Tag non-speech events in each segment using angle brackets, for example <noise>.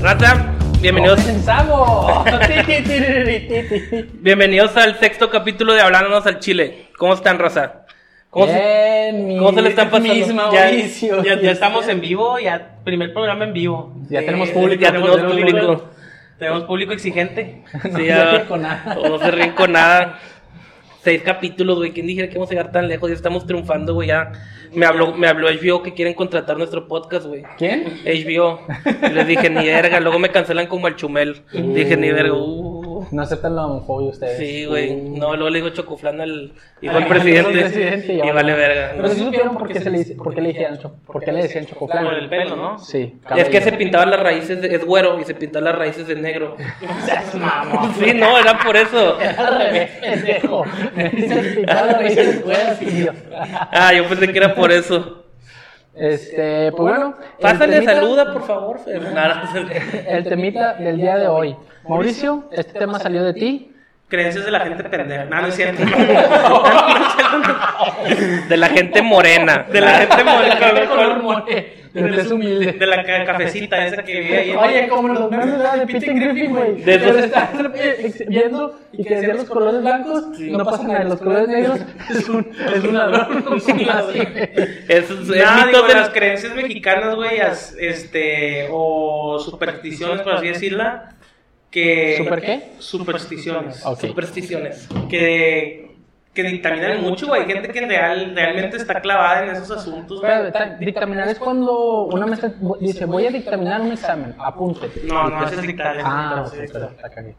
raza. Bienvenidos, ¡Comenzamos! bienvenidos al sexto capítulo de Hablándonos al Chile. ¿Cómo están, raza? <laughs> ¿Cómo, se, Bien, mi- cómo se le están pasando? mis ya, Mauricio. ya- ya estamos en vivo, ya primer programa en vivo. Ya Sí, tenemos público, Ya tenemos tenemos público. público. Tenemos público exigente. <laughs> No Sí, se ya- ríen con nada. <laughs> No se ríen con nada. Seis capítulos, güey. ¿Quién dijera que íbamos a llegar tan lejos? Ya estamos triunfando, güey. Ya me habló, me habló HBO que quieren contratar nuestro podcast, güey. ¿Quién? HBO. Y les dije, ni verga. Luego me cancelan como el chumel. Dije, ni verga. Uh. No aceptan la homofobia ustedes. Sí, güey. No, luego le digo chocuflán al hijo Al del presidente. presidente, y ya vale va. verga. Pero si supieron por qué, se le, dice- por qué le decían cho- por qué le decían chocoflan. Por el pelo, ¿no? Sí. Es que cabello. se pintaban las raíces, de- es güero, y se pintaban las raíces de <laughs> negro. Sí, no, era por eso. <laughs> Al revés, <laughs> pendejo. Se pintaba la raíz del cuerpo, tío. Ah, yo pensé que era por eso. <laughs> Este, pues bueno. el Pásale, temita- saluda, por favor, Fer. Nada, El temita del día de hoy. Mauricio, este tema salió de ti. Creencias de la gente pendeja. No, no es cierto. <laughs> De la gente morena. De la <laughs> gente morena. more. Pero es humilde. De la ca- cafecita esa que vi ahí. Oye, como los memes ¿verdad? de Peter Griffin, güey. De De esos- los estás ex- viendo y que decían los colores blancos, no pasa nada. Los colores negros es un, es un ladrón. Así, güey. Es, es Nada, mito digo, de las creencias mexicanas, güey, as- este, o supersticiones, por así decirla, que... ¿Super qué? Supersticiones. Ok. supersticiones. Que, que dictaminan mucho, güey. Hay gente que real, realmente está clavada en esos asuntos, güey. Pero, ta- dictaminar es cuando una maestra bu- dice, voy a dictaminar un examen, apunte. No, no, eso es dictar. eso es Ah, dictar, ok, eso es pero dictar. la cagué.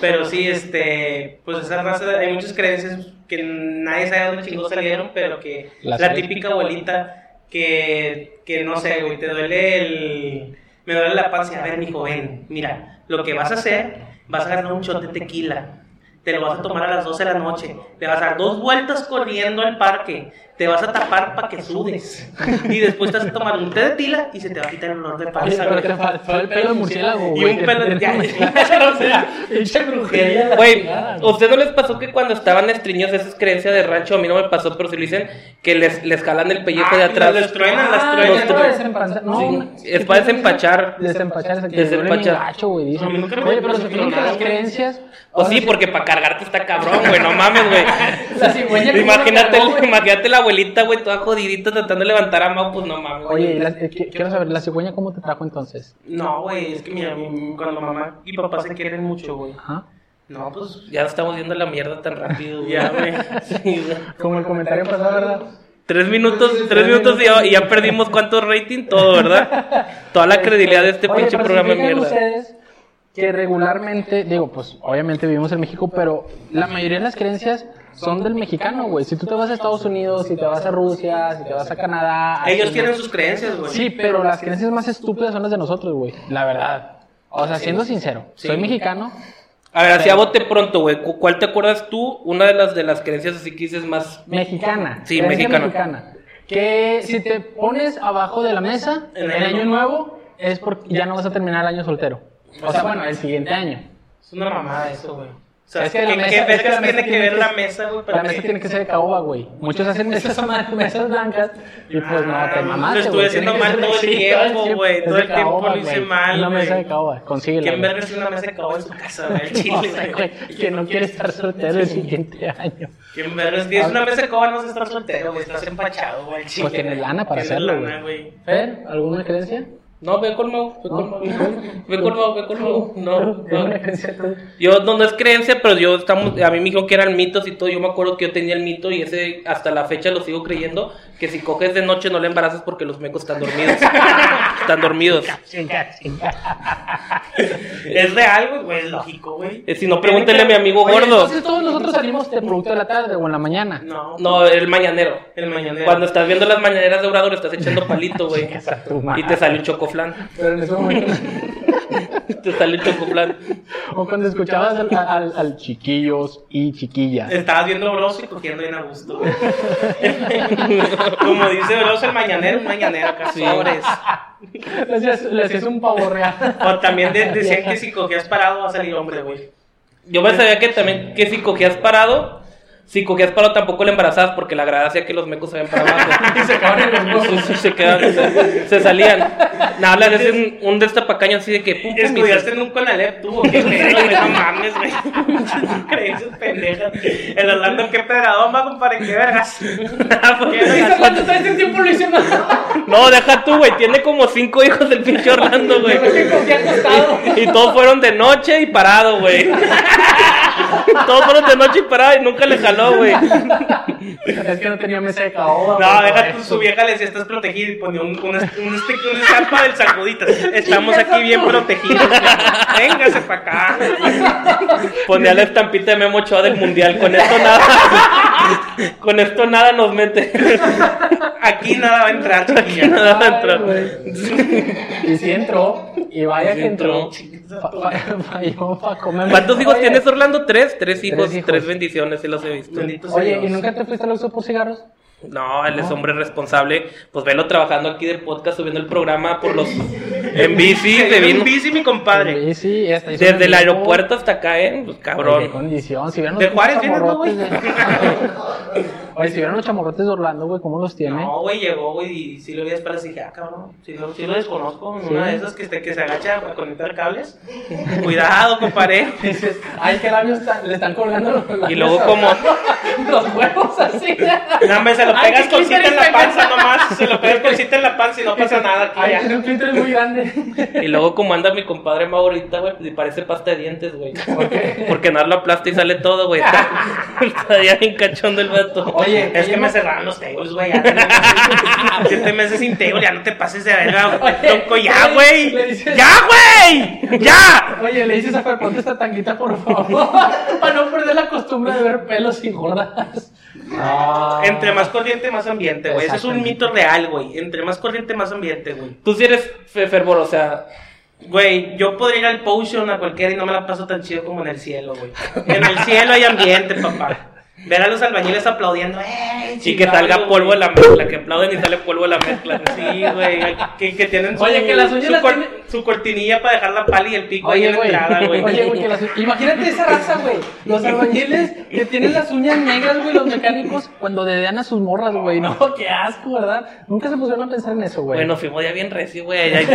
Pero sí, este, pues esa raza, hay muchas creencias que nadie sabe dónde chingos salieron, pero que Las la hay. típica abuelita que, que no sé, güey, te duele el, me duele la panza, a ver, mi joven, mira, lo que vas a hacer, vas a agarrar un shot de tequila, te lo vas a tomar a las 12 de la noche, le vas a dar dos vueltas corriendo al parque, te vas a tapar para que <laughs> sudes, y después te vas a tomar un té de tila y se te va a quitar el olor de Oye, panza, pero güey. te faltó el pelo de murciélago, Y güey, un que pelo de- te- ya, o sea, Pinche brujería. la Güey, chingada, güey. ¿usted no les pasó que cuando estaban estriños esas creencias de rancho? A mí no me pasó, pero si lo dicen que les, les jalan el pellejo Ah, de y atrás. los truenan, las Ah, truenan. Los es para truenan. desempacha- no, Sí. una- Es para desempachar. Desempachar. es el que Desempachar. duele bien gacho, güey, dicen. A mí nunca me Oye, pero duele, se pero fijan que nada, las güey. creencias. Pues ahora sí, porque para cargarte está cabrón, güey, no mames, güey. <laughs> La cigüeña que Imagínate, me cargó, güey. imagínate la abuelita, güey, toda jodidita tratando de levantar a Mau, pues no mames. güey. Oye, y la- eh, qui- quiero saber, ¿la cigüeña cómo te trajo entonces? No, güey, es que mira, mi- cuando mamá y papá se quieren mucho, güey. Ajá. No, pues Ya nos estamos yendo a la mierda tan rápido, güey. <laughs> <laughs> ya, güey. Sí, güey. Como el comentario pasado, ¿verdad? Tres minutos, tres minutos y ya, y ya perdimos cuánto rating, todo, ¿verdad? Toda <laughs> la credibilidad de este Oye, pinche pero si programa de fijan mierda. ustedes que regularmente, digo, pues obviamente vivimos en México, pero la mayoría de las creencias son del mexicano, güey. Si tú te vas a Estados Unidos, si te vas a Rusia, si te vas a Canadá. a Ellos China, tienen sus creencias, güey. Sí, pero las creencias más estúpidas son las de nosotros, güey. La verdad. O sea, siendo sincero, soy mexicano. A ver, así a bote pronto, güey. ¿cu- ¿Cuál te acuerdas tú? Una de las de las creencias así que dices más. Mexicana. Sí, creencia mexicana. Que si te pones abajo de la mesa El el año año nuevo, es porque ya no vas a terminar el año soltero. O sea, bueno, el siguiente año. Es una mamada eso, güey. O sea, Es que la ¿qué- mesa- es ¿qué que vergas la mesa tiene que tiene ver que- la mesa, güey? La mesa tiene que ser de caoba, güey. Muchos hacen <laughs> mesas, amarillas, mesas blancas y pues no, te Ah, mamaste, lo estuve güey. haciendo Tiene que mal ser todo el de- tiempo, güey, es todo de el tiempo caoba, lo hice güey. mal, Una mesa güey. de caoba, consíguela. ¿Quién güey. vergas tiene una mesa de cago en su <laughs> casa, güey? El No chile, sé, güey. güey, que no quiere estar soltero el <laughs> siguiente año. ¿Quién vergas tiene una mesa de cago? No vas a estar soltero, güey. Estás empachado, güey. el chile, Pues tienes güey. lana para Tienes hacerlo, lana, güey. Fer, ¿alguna creencia? No, ve con Mau, ve con No. Mau. Ve con Mau, ve con Mau. No, no. ¿Alguna creencia tú? Yo, no, no es creencia, pero yo estamos, a mí me dijeron que eran mitos y todo. Yo me acuerdo que yo tenía el mito y ese hasta la fecha lo sigo creyendo, que si coges de noche no le embarazas porque los mecos están <laughs> dormidos. están dormidos. Es real, güey, güey. Es lógico, güey. Eh, si no, pregúntele a mi amigo Oye, gordo. entonces todos nosotros salimos de producto de la tarde o en la mañana. No. No, el mañanero. El mañanero. Cuando estás viendo las mañaneras de Obrador, estás echando <laughs> palito, güey. Chingas a tu madre. Y te sale un chocoflan. Pero en ese momento... te sale un chocoflan. <laughs> <laughs> o cuando escuchabas al, al- al chiquillos y chiquillas. Estabas viendo Veloz y cogiendo bien a gusto. güey. Como dice Veloz, el mañanero, un mañanero acá, Sí. sobres. Le hacías- le hacías un <laughs> pavo <laughs> real. O también de- decían que si cogías parado va a salir hombre, güey. Yo me sabía que también, que si cogías parado, Si cogías palo tampoco le embarazabas porque la grada hacía que los mecos se ven para abajo. <laughs> Y se acabaron los Sí, sí, mozos. se quedaban, se, se salían. Nada, la es un, un destapacaño así de que pum, pum, y se- <laughs> Estudiaste en un Conalep, tú, qué pedo, güey, no mames, güey. <laughs> Creencias pendejas. El Orlando, qué pedradón, va, compadre, qué vergas. ¿Y esa cuánto traes este en tiempo lo <laughs> hicieron? Ah, pues, <laughs> No, deja tú, güey. Tiene como cinco hijos del pinche Orlando, güey. Aquí <laughs> acostado. Y todos fueron de noche y parado, güey. Todos fueron de noche y parado y nunca le jaló, güey. Es que no tenía mesa de caoba. No, güey, deja para tú, eso. su vieja le decía, estás protegida y ponía un, este, un, un, stick, una estampa del sacuditas. Estamos aquí bien protegidos. güey. Véngase para acá. Ponía la estampita de Memo Ochoa del mundial. Con esto nada. Con esto nada nos mete. Aquí nada va a entrar, chiquilla. Nada va a entrar. Ay, güey. Y sí entró. Y vaya Sí que entró. entró. Fa- fa- <laughs> Falló Paco Memo. ¿Cuántos hijos Oye, tienes, Orlando? ¿Tres? Tres hijos, tres, hijos. bendiciones, sí los he visto. Bendito sea Oye, ¿y Dios. nunca te fuiste al uso por cigarros? No, él es hombre responsable. Pues velo trabajando aquí de podcast, subiendo el programa por los. En bici, Se se vino en vino. bici, mi Sí, compadre. sí, hasta hizo un Desde el video. aeropuerto hasta acá, ¿eh? Pues, Qué cabrón. condición. Si vieron ¿De los Juárez vienes, no, chamorrotes. de- <laughs> Oye, si vieron los chamorrotes de Orlando, güey, ¿cómo los tiene? No, güey, llegó, güey, y si lo vi para y dije, ah, cabrón, si lo, sí lo desconozco, Sí. una de esas que, te- que se agacha para conectar cables. <laughs> Cuidado, compadre. <laughs> Dices, ay, qué labios tan- le están colgando los labios Y luego, a- como. <laughs> Los huevos <laughs> así. Nada más se lo Ay, pegas qué colcita en la clítoris tan panza nomás, se lo pegas colcita en la panza y no pasa nada aquí Ay, ya. tiene un clítoris muy grande. <laughs> Y luego, como anda mi compadre Mau ahorita, güey, y parece pasta de dientes, güey. qué? Porque no lo aplasta y sale todo, güey. Está, está ya bien cachondo el vato. Oye, Es que me cerraron los tables, güey. ya tenemos <laughs> Siete meses sin table, ya no te pases de verga, Oye, loco, ya, le- güey. le dices- ¡Ya, güey! ¡Ya! Oye, le dices a Fer, ponte esta tanguita, por favor. <laughs> para no perder la costumbre de ver pelos y gordas. Entre más corriente, más ambiente, güey. Ese es un Ah. Exactamente. mito real, güey. Entre más corriente, más ambiente, güey. Tú sí eres fe- fervor, o sea. Güey, yo podría ir al Potion a cualquiera y no me la paso tan chido como en el cielo, güey. En el cielo hay ambiente, papá. Ver a los albañiles aplaudiendo, ¡eh! Y que salga polvo en la mezcla, que aplauden y sale polvo en la mezcla. Sí, güey, que, que tienen su, Oye, que las uñas su, las cor- tienen- su cortinilla para dejar la pala y el pico ahí Oye, en la güey. entrada, güey. Oye, güey, que las- imagínate esa raza, güey. Los albañiles que tienen las uñas negras, güey, los mecánicos, cuando dedean a sus morras, güey. No, qué asco, ¿verdad? Nunca se pusieron a pensar en eso, güey. Bueno, fuimos ya bien recio, güey. Hay,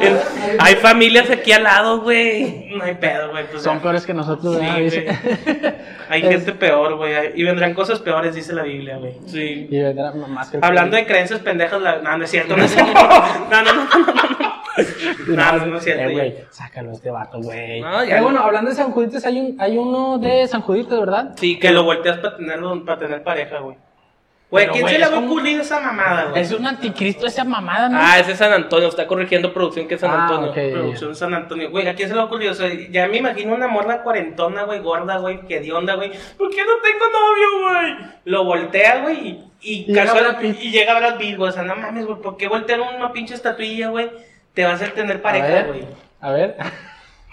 Es- hay familias aquí al lado, güey. No hay pedo, güey. Pues, son peores que nosotros, Sí, ¿verdad? Dice. güey. Hay gente peor, güey. Y vendrán cosas peores, dice la Biblia, güey. Sí. <laughs> Y vendrá más que el- Hablando de creencias pendejas, la... no, no es cierto, no es <laughs> cierto. No, no, no, no, no, no. No, no, no es Eh, cierto. güey, güey. sácalo este vato, güey. No, ya Pero no. bueno, hablando de San Juditas, hay, un, hay uno de San Juditas, ¿verdad? Sí, Que lo volteas para tenerlo, para tener pareja, güey. Güey, Pero, ¿quién güey, se le es va a como- ocurrir esa mamada, güey? Es un anticristo esa mamada, ¿no? Ah, ese es San Antonio, está corrigiendo producción que es San Ah, Antonio. ok. Producción San Antonio, güey, ¿a quién se le ocurrió? O sea, ya me imagino una morra cuarentona, güey, gorda, güey, que de onda, güey. ¿Por qué no tengo novio, güey? Lo voltea, güey, y, y, Llega casual- Brad Pitt. y llega Brad Pitt, güey. O sea, no mames, güey, ¿por qué voltear una pinche estatuilla, güey? Te va a hacer tener a pareja, ver, güey. A ver.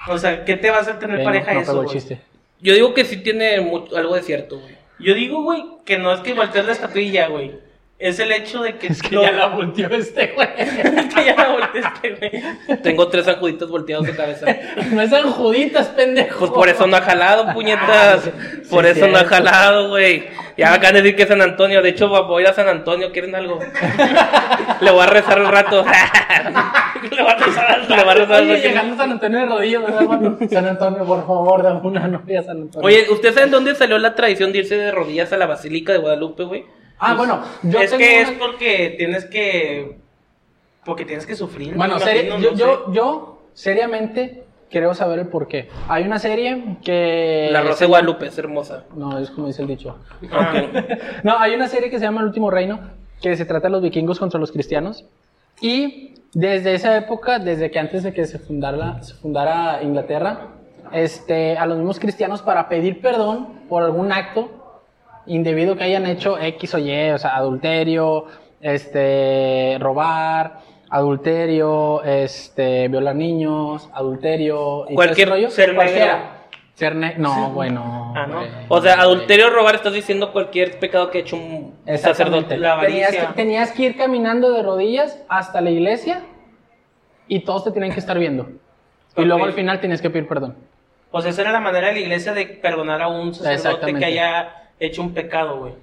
O sea, ¿qué te va a hacer tener Ven, pareja no eso, pegó el güey? chiste. Yo digo que sí tiene mucho- algo de cierto, güey. Yo digo, güey, que no es que voltees la estatuilla, güey. Es el hecho de <laughs> que... Es que lo- ya <laughs> la volteó este, güey. <laughs> que ya la volteaste, güey. Tengo tres anjuditos volteados de cabeza. <laughs> No es San Juditas, pendejo. Pues por eso <laughs> no ha jalado, <laughs> puñetas. Por sí, eso no ha cierto. jalado, güey. Ya acá decir que es San Antonio. De hecho, voy a ir a San Antonio. ¿Quieren <laughs> algo? Le voy a rezar un rato. <laughs> Le voy a rezar al- le voy a rezar al- Oye, llegando a San Antonio de rodillas, ¿verdad, mano? <laughs> San Antonio, por favor, dame una novia a San Antonio. Oye, ¿ustedes saben dónde salió la tradición de irse de rodillas a la Basílica de Guadalupe, güey? ah, pues, bueno, yo es tengo que una- es porque tienes que... Porque tienes que <laughs> sufrir. Bueno, me serie- yo, imagino, no yo, yo seriamente quiero saber el por qué. Hay una serie que... La Rosa de Guadalupe es hermosa. No, es como dice el dicho. sé. Ah. No, hay una serie que se llama El Último Reino, que se trata de los vikingos contra los cristianos. Y desde esa época, desde que antes de que se fundara, se fundara Inglaterra, este, a los mismos cristianos para pedir perdón por algún acto indebido que hayan hecho X o Y, o sea, adulterio, este, robar, adulterio, este, violar niños, adulterio, y todo ese Cualquier rollo. ser negro. Cualquiera. Ser ne- no, bueno. Ah, ¿no? güey. O sea, adulterio, robar, estás diciendo cualquier pecado que ha hecho un Exactamente. sacerdote. La avaricia. tenías, que, tenías que ir caminando de rodillas hasta la iglesia y todos te tienen que estar viendo. Y Ok. luego al final tienes que pedir perdón. Pues esa era la manera de la iglesia de perdonar a un sacerdote Exactamente. que haya hecho un pecado, güey.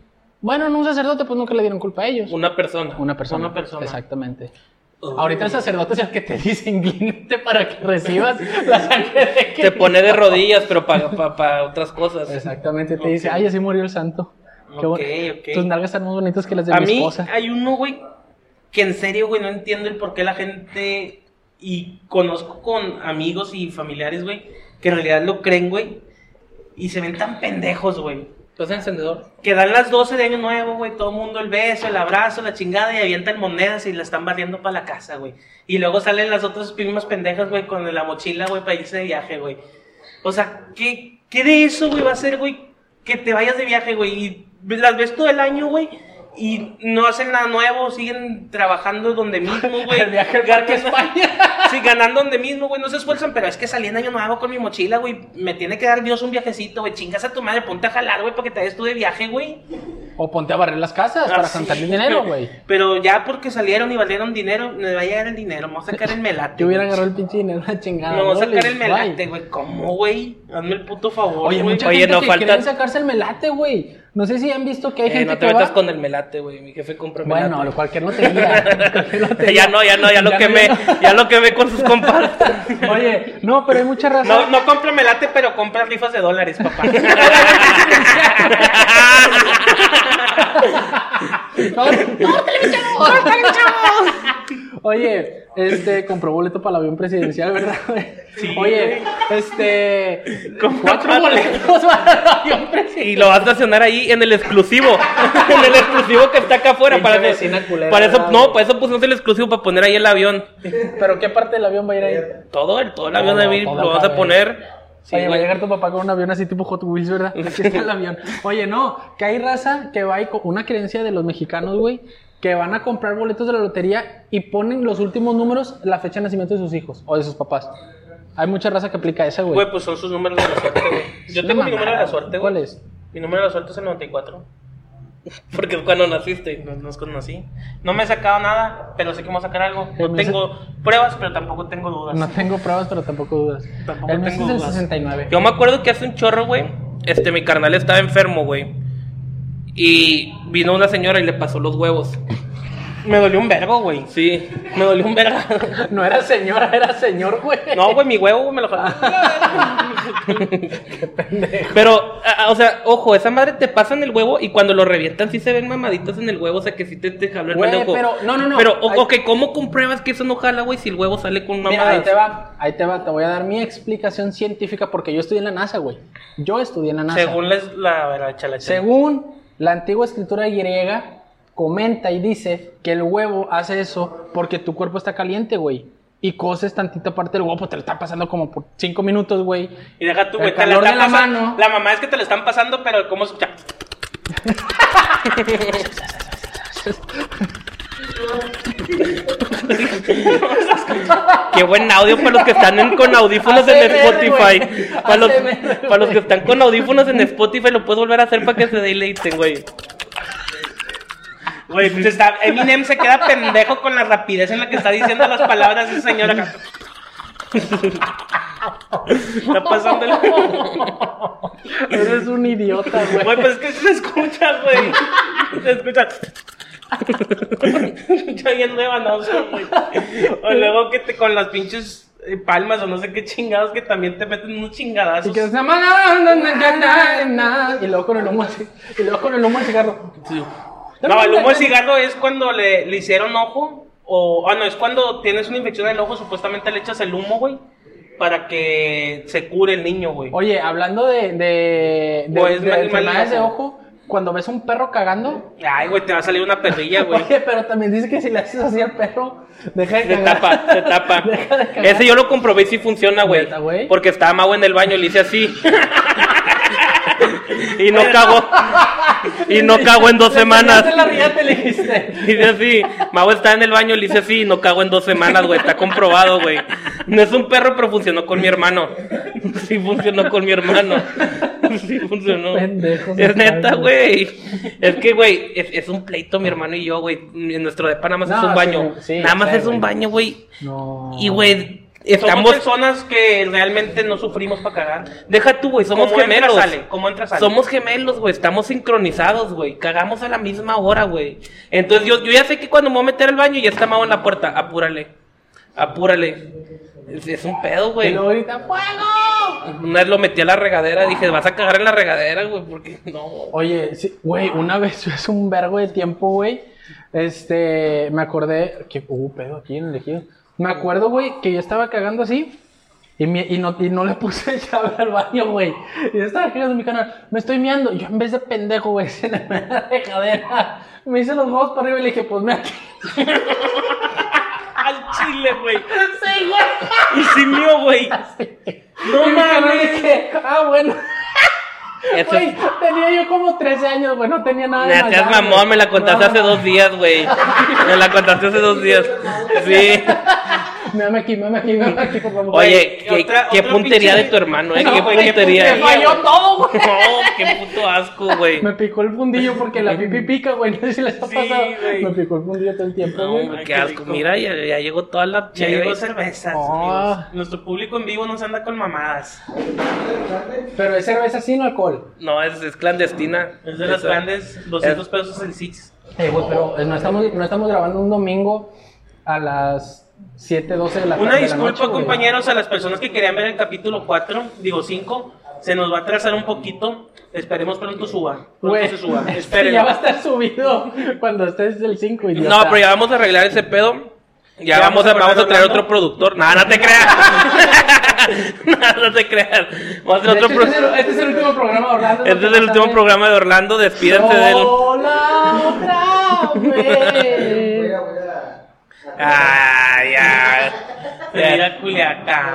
Bueno, en un sacerdote, pues nunca le dieron culpa a ellos. Una <laughs> persona. Una persona. Una persona. Exactamente. Oh. Ahorita el sacerdote es el que te dice, inclínate para que <laughs> recibas la sangre de Cristo. Te pone de rodillas, pero para otras cosas. Exactamente, te Ok. dice, ay, así murió el santo. Qué Ok, bon- ok. Tus nalgas están más bonitas que las de A mi mí esposa. Hay uno, güey, que en serio, güey, no entiendo el por qué la gente. Y conozco con amigos y familiares, güey, que en realidad lo creen, güey. Y se ven tan pendejos, güey. ¿Tú haces encendedor? Que dan las 12 de año nuevo, güey, todo el mundo el beso, el abrazo, la chingada, y avientan monedas y la están barriendo para la casa, güey. Y luego salen las otras primas pendejas, güey, con la mochila, güey, para irse de viaje, güey. O sea, ¿qué, qué de eso, güey, va a ser, güey, que te vayas de viaje, güey? Y las ves todo el año, güey, y no hacen nada nuevo, siguen trabajando <laughs> donde mismo, güey. El viaje al parque España. <laughs> Sí, ganando donde mismo, güey, no se esfuerzan, pero es que salí en año nuevo con mi mochila, güey, me tiene que dar Dios un viajecito, güey, chingas a tu madre, ponte a jalar, güey, para que te vayas tú de viaje, güey. O ponte a barrer las casas Ah, para Así, <laughs> cantarle dinero, güey. Ah, Pero ya porque salieron y valieron dinero, me va a llegar el dinero, me voy a sacar el melate. Te hubiera güey. agarrado el pinche dinero, la chingada. Me voy a sacar dólares, el melate, bye. güey, ¿cómo, güey? Hazme el puto favor, Oye, güey. mucha Oye, gente no que falta- quieren sacarse el melate, güey. No sé si han visto que hay Eh, gente no te que metas va... con el melate, güey. Mi jefe compra melate. Bueno, <laughs> cualquier lotería. cualquier lotería. ya no, ya no, ya lo Ya no, quemé. ya <laughs> Ya lo quemé con sus compas. Oye, no, pero hay mucha raza. No, no compra melate, pero compra rifas de dólares, <laughs> papá. <laughs> No, Oye, este, compró boleto para el avión presidencial, ¿verdad? güey? Sí. Oye, este, Compró cuatro cuatro. boletos para el avión presidencial. Y lo vas a estacionar ahí en el exclusivo. <laughs> en el exclusivo que está acá afuera. Pinche Para, que- vecina culera, para eso, ¿verdad, no, güey? para eso pusimos el exclusivo para poner ahí el avión. Pero ¿qué parte del avión va a ir ahí? Todo el, todo el avión de Todo, Bill todo lo vas cabe. a poner. Sí, Oye, va a güey. llegar tu papá con un avión así tipo Hot Wheels, ¿verdad? <laughs> Aquí está el avión. Oye, no, que hay raza que va y con una creencia de los mexicanos, güey, que van a comprar boletos de la lotería y ponen los últimos números, la fecha de nacimiento de sus hijos o de sus papás. Hay mucha raza que aplica esa, güey. Güey, pues son sus números de la suerte, güey. Yo Es tengo una mi número de la mamada. suerte, güey. ¿Cuál es? Mi número de la suerte es el 94. Porque es cuando naciste. No- Nos conocí. No me he sacado nada, pero sé que me voy a sacar algo. El No mes- tengo pruebas, pero tampoco tengo dudas. No tengo pruebas, pero tampoco dudas. Tampoco el mes tengo es el dudas. 69. Yo me acuerdo que hace un chorro, güey. Este, mi carnal estaba enfermo, güey. Y vino una señora y le pasó los huevos. Me dolió un vergo, güey. Sí. Me dolió un verga. <laughs> No era señora, era señor, güey. No, güey, mi huevo güey, me lo jaló. <laughs> Pero, a- a- o sea, ojo, esa madre te pasa en el huevo y cuando lo revientan sí se ven mamaditos en el huevo, o sea que sí te, te jaló el Güey, mal ojo. pero- no, no, no. Pero, o- Ay. ok, ¿cómo compruebas que eso no jala, güey, si el huevo sale con Mira, ahí mamadas? te va, ahí te va, te voy a dar mi explicación científica porque yo estudié en la NASA, güey. Yo estudié en la NASA. Según la, la, la chala- Según la antigua escritura griega, comenta y dice que el huevo hace eso porque tu cuerpo está caliente, güey. Y coces tantita parte del huevo, pues te lo está pasando como por 5 minutos, <laughs> güey. Y deja tú, El güey, te calor están de la pasando- mano. La mamá es que te la están pasando, pero ¿cómo escucha? Qué buen audio para los que están en- con audífonos en ASMR, Spotify. <laughs> güey. Para los, ASMR, para los que güey. están con audífonos en Spotify, lo puedes volver a hacer para que se deleiten, güey. Güey, se está- Eminem se queda pendejo con la rapidez en la que está diciendo las palabras de esa señora. acá. Está pasando el. Eres un idiota, Güey, güey. pues es que se escucha, güey. Se escucha. Se escucha bien rebanoso, güey. O luego que te con las pinches eh, palmas o no sé qué chingados que también te meten unos Y, chingadazos. que se llama- na, na, na, na, na, na. Y luego con el humo así, y luego con el humo del cigarro. No, el humo de cigarro es cuando le, le hicieron ojo. O, ah, no, es cuando tienes una infección en el ojo, supuestamente le echas el humo, güey, para que se cure el niño, güey. Oye, hablando de, de, de, O es de mal- mal enfermedades de ojo. ojo, cuando ves un perro cagando, Ay, güey, te va a salir una perrilla, <laughs> güey. Oye, pero también dice que si le haces así al perro, deja de Se cagar. tapa, se <laughs> tapa. Deja de cagar. Ese yo lo comprobé y sí funciona, ¿Neta, güey? güey. Porque estaba mago en el baño, le hice así. <laughs> y no cagó. Y no cagó en dos Le semanas. enseñaste <laughs> la riata y le dijiste. <laughs> Dice así, Mau está en el baño, le dice así, y no cago en dos semanas, güey, está comprobado, güey. No es un perro, pero funcionó con mi hermano. <laughs> Sí funcionó con mi hermano. <laughs> Sí funcionó. Pendejos de es neta, cago. güey. Es que, güey, es, es un pleito mi hermano y yo, güey. En nuestro depa nada más No, es un sí, baño. sí, nada más sí, es un güey. baño, güey. No. Y, güey, Somos estamos personas que realmente no sufrimos para cagar. Deja tú, güey, somos Como entra, gemelos. sale, como entra, sale. Somos gemelos, güey, estamos sincronizados, güey. Cagamos a la misma hora, güey. Entonces yo, yo ya sé que cuando me voy a meter al baño ya está Mau en la puerta. Apúrale, apúrale. Es, es un pedo, Y güey. luego grita, ¡fuego! Una vez lo metí a la regadera, dije, vas a cagar en la regadera, güey, porque no. Oye, sí, güey, una vez <laughs> es un vergo de tiempo, güey. Este, me acordé que hubo pedo aquí en el ejido. Me acuerdo, güey, que yo estaba cagando así y, mi- y no, y no le puse <laughs> llave al baño, güey. Y yo estaba cagando en mi canal. Me estoy miando. Y yo en vez de pendejo, güey, <laughs> se le me da de cadera. Me hice los huevos para arriba y le dije, pues me aquí. Al chile, güey. Sí, güey. Y si mío, güey. No Y mi carnal mames. dije, ah, bueno. Eso Güey, es- tenía yo como 13 años, güey, no tenía nada de Nah, seas maldad, mamón, güey. me la contaste No, hace no. dos días, güey. Me la contaste hace dos días. Sí. Meme aquí, meme aquí, meme aquí, por favor. Oye, Güey, qué, otra- qué otra puntería de pinche- tu hermano, eh. No, qué güey, qué puntería. Me puntería. falló todo, güey. No, qué puto asco, güey. Me picó el fundillo porque la pipi pica, güey. No sé si les ha Sí, pasado. güey. Me picó el fundillo todo el tiempo, No, güey. hombre, Ay, qué qué asco. rico. Mira, ya, ya llegó toda la Ya llegó chévere. cervezas, Ah. amigos. Nuestro público en vivo no se anda con mamadas. Pero es cerveza sin alcohol. No, es, es clandestina. Es de las Esa. grandes 200 pesos el six. Eh, güey, pero eh, no estamos, no estamos grabando un domingo a las 7, 12 de la Una de la disculpa, noche, güey. compañeros, a las personas que querían ver el capítulo 4, digo 5. Se nos va a atrasar un poquito. Esperemos pronto suba. Pronto Güey, se <laughs> suba. este <laughs> Espérenlo. ya va a estar subido cuando estés el 5 y No, pero ya vamos a arreglar ese pedo. Ya, Ya vamos, vamos a, a vamos a Fernando traer Blanco. otro productor. Nada, no te creas. <laughs> Nada, no te creas. Vamos a traer otro este, es el, productor. este es el último programa, Orlando. Este es el último programa de Orlando. Despídense de él. Hola, otra vez. Ay, ya. Venir a Culiacán.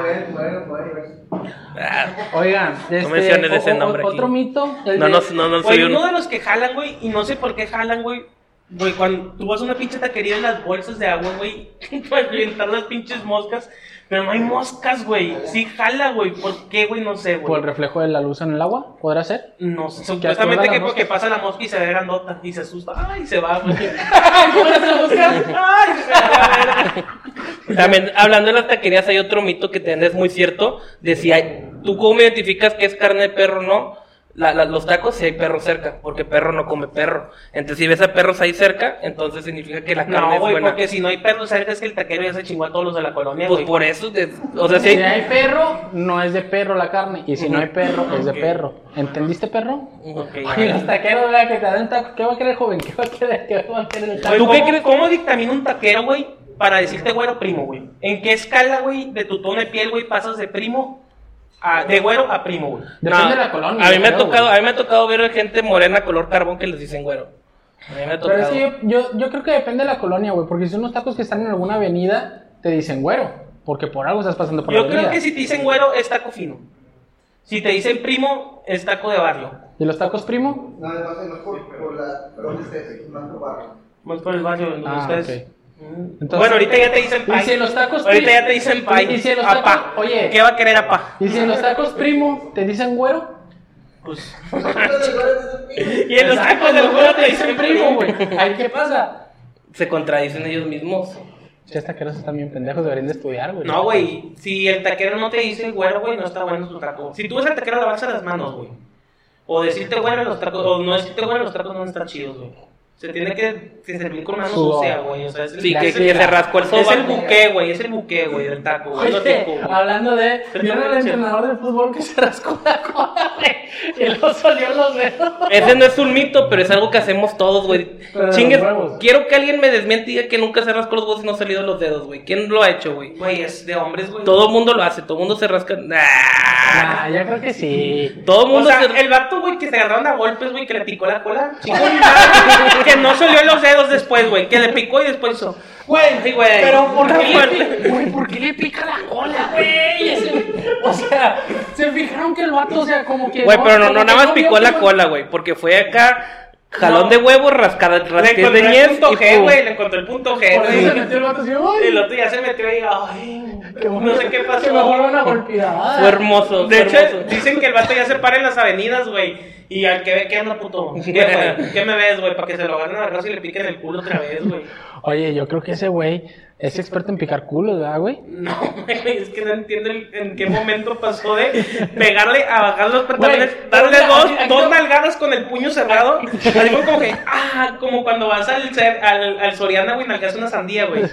Ah, Oigan, este, menciones ese o- o- nombre aquí. otro mito. el No, de- no, no, no soy Güey, uno un. de los que jalan, güey, y no sé por qué jalan, güey. Güey, cuando tú vas a una pinche taquería en las bolsas de agua, güey, <laughs> para reventar las pinches moscas, pero no hay moscas, güey. Sí jala, güey. ¿Por qué, güey? No sé, Por güey. el reflejo de la luz en el agua, ¿podrá <laughs> ser? No, Que atorda sé, la supuestamente que mosca. porque pasa la mosca y se ve grandota y se asusta. Ay, se va, güey. <laughs> También, hablando de las taquerías, hay otro mito que también es muy cierto. Decía, ¿tú cómo identificas que es carne de perro o no? La- la- los tacos si hay perro cerca, porque perro no come perro. Entonces, si ves a perros ahí cerca, entonces significa que la carne No, es güey, buena. porque si no hay perros cerca es que el taquero ya se chingó a todos los de la colonia, Pues güey. por eso, de- o sea, si Si hay... hay perro, no es de perro la carne. Y si no hay perro, es de Ok. perro. ¿Entendiste, perro? Ok. Y los taqueros, vea que te dan taco. ¿Qué va a querer, joven? ¿Qué va a querer? ¿Qué va a querer el taco? Güey, ¿Tú qué ¿cómo- crees? ¿Cómo dictamina un taquero, güey, para decirte güero primo, güey? ¿En qué escala, güey, de tu tono de piel, güey, pasas de primo a, de güero a primo, güey? Depende No, de la colonia. A mí, me ha creo, tocado, a güey. mí me ha tocado ver gente morena color carbón que les dicen güero. A mí me ha Pero es tocado. que yo, yo, yo creo que depende de la colonia, güey. Porque si son unos tacos que están en alguna avenida, te dicen güero. Porque por algo estás pasando por la Yo avenida. creo que si te dicen güero, es taco fino. Si te dicen primo, es taco de barrio. ¿Y los tacos primo? No, no, no, no, por, por la, por donde estés, en Banco Barrio. Más por el barrio, donde Ah, ustedes. ok. Mm. Entonces- bueno, ahorita ya te dicen Y pay. si los tacos pri- ahorita ya te dicen pay. Y si los Apá. tacos, oye, ¿Qué va a querer apá? y si en los tacos primo te dicen güero, <laughs> Pues. Pero Y en los Exacto, tacos del los güero te dicen primo, güey. güey. Ay, ¿qué pasa? Se contradicen ellos mismos. Si hasta que están bien pendejos, deberían de estudiar, güey. No, güey, si el taquero no te dice güero, güey, no está bueno tu taco. Si tú ves al taquero lavarse las manos, güey. O decirte güero los tacos, o no decirte güero los tacos no están chidos, güey. Se tiene que, que servir con mano Sudor. sucia, güey. O sea, es el, Sí, La que, es, que el, se rascó el es el sobaco. Este, ah, buque, güey, es el buque, güey, del taco. güey, Oye, no te cubo. Este, hablando de. Pero ¿Vieron no al manches. entrenador de fútbol que se rascó la cola, güey? Y luego salió los dedos. Ese no es un mito, pero es algo que hacemos todos, güey. Pero de Chingues, los huevos. quiero que alguien me desmiente y diga que nunca se rascó los huevos y no ha salido los dedos, güey. ¿Quién lo ha hecho, güey? Güey, es de hombres, güey. Todo mundo lo hace, todo mundo se rasca. Nah. Ah, yo creo que sí. Todo O mundo sea, se- el vato, güey, que se agarraron a golpes, güey, que le picó la cola. chingó un madre, que no salió los dedos después, güey. Que le picó y después hizo. Ay, güey. Pero ¿por Está qué, fuerte. le, pi- güey, ¿por qué le pica la cola, güey? Ese- O sea, se fijaron que el vato, o sea, como que. Güey, pero no, como no, que nada más vio picó que la fue- cola, güey, porque fue acá, jalón No. de huevo, rascada, Le rasqué de encontró el ñez punto y G, pum. güey. Le encontró el punto Por eso se G, metió el vato así, güey. ¡ay! El otro ya se metió y, ay, bueno no sé qué Que pasó. me vuelvan a golpear. Fue hermoso, De fue hecho, <laughs> hermoso. dicen que el vato ya se para en las avenidas, güey. Y al que ve, ¿qué anda, puto? ¿Qué, güey? ¿Qué me ves, güey? Para que se lo agarren a la raza y le piquen el culo otra vez, güey. Oye, yo creo que ese güey Es experto en picar culos, ¿verdad, güey? No, güey, es que no entiendo el- en qué momento pasó de pegarle a bajar los pantalones, Güey, pero darle mira, dos, aquí- aquí dos no- nalgadas con el puño <laughs> cerrado. Así fue como que, ah, como cuando vas al, cer- al, al Soriana, güey, nalgas una sandía, <laughs> güey.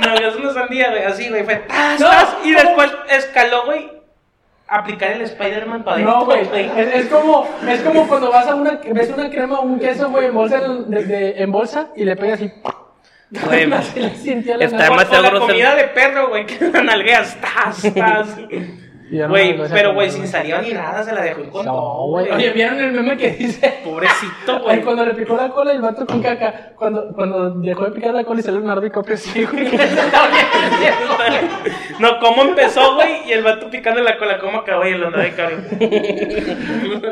nalgas una sandía, güey, así, güey, fue tas, No, tas, y ¿cómo? después escaló, güey, aplicar el Spider-Man para No, adentro, güey. Es, es como, es como cuando vas a una, ves una crema o un queso, güey, en bolsa, de- de- en bolsa y le pegas y. Güey, <laughs> Así le sentía la está O- nalga. más o la sabroso. comida de perro, güey, que la nalgueas, tas, tas. Y <laughs> ya no me Güey, lo hace pero comer, güey, sin saliva ni nada, se la dejó ir con No, todo, güey. Oye, ¿vieron el meme que dice? Pobrecito, Ay, <laughs> güey. cuando le picó la cola el vato con caca. Cuando, cuando dejó de picar la cola y salió un árbitro que sí, güey. Eh, <laughs> No, ¿cómo empezó, güey? Y el vato picando la cola, ¿cómo acabó? Y el andaba de El cabrón.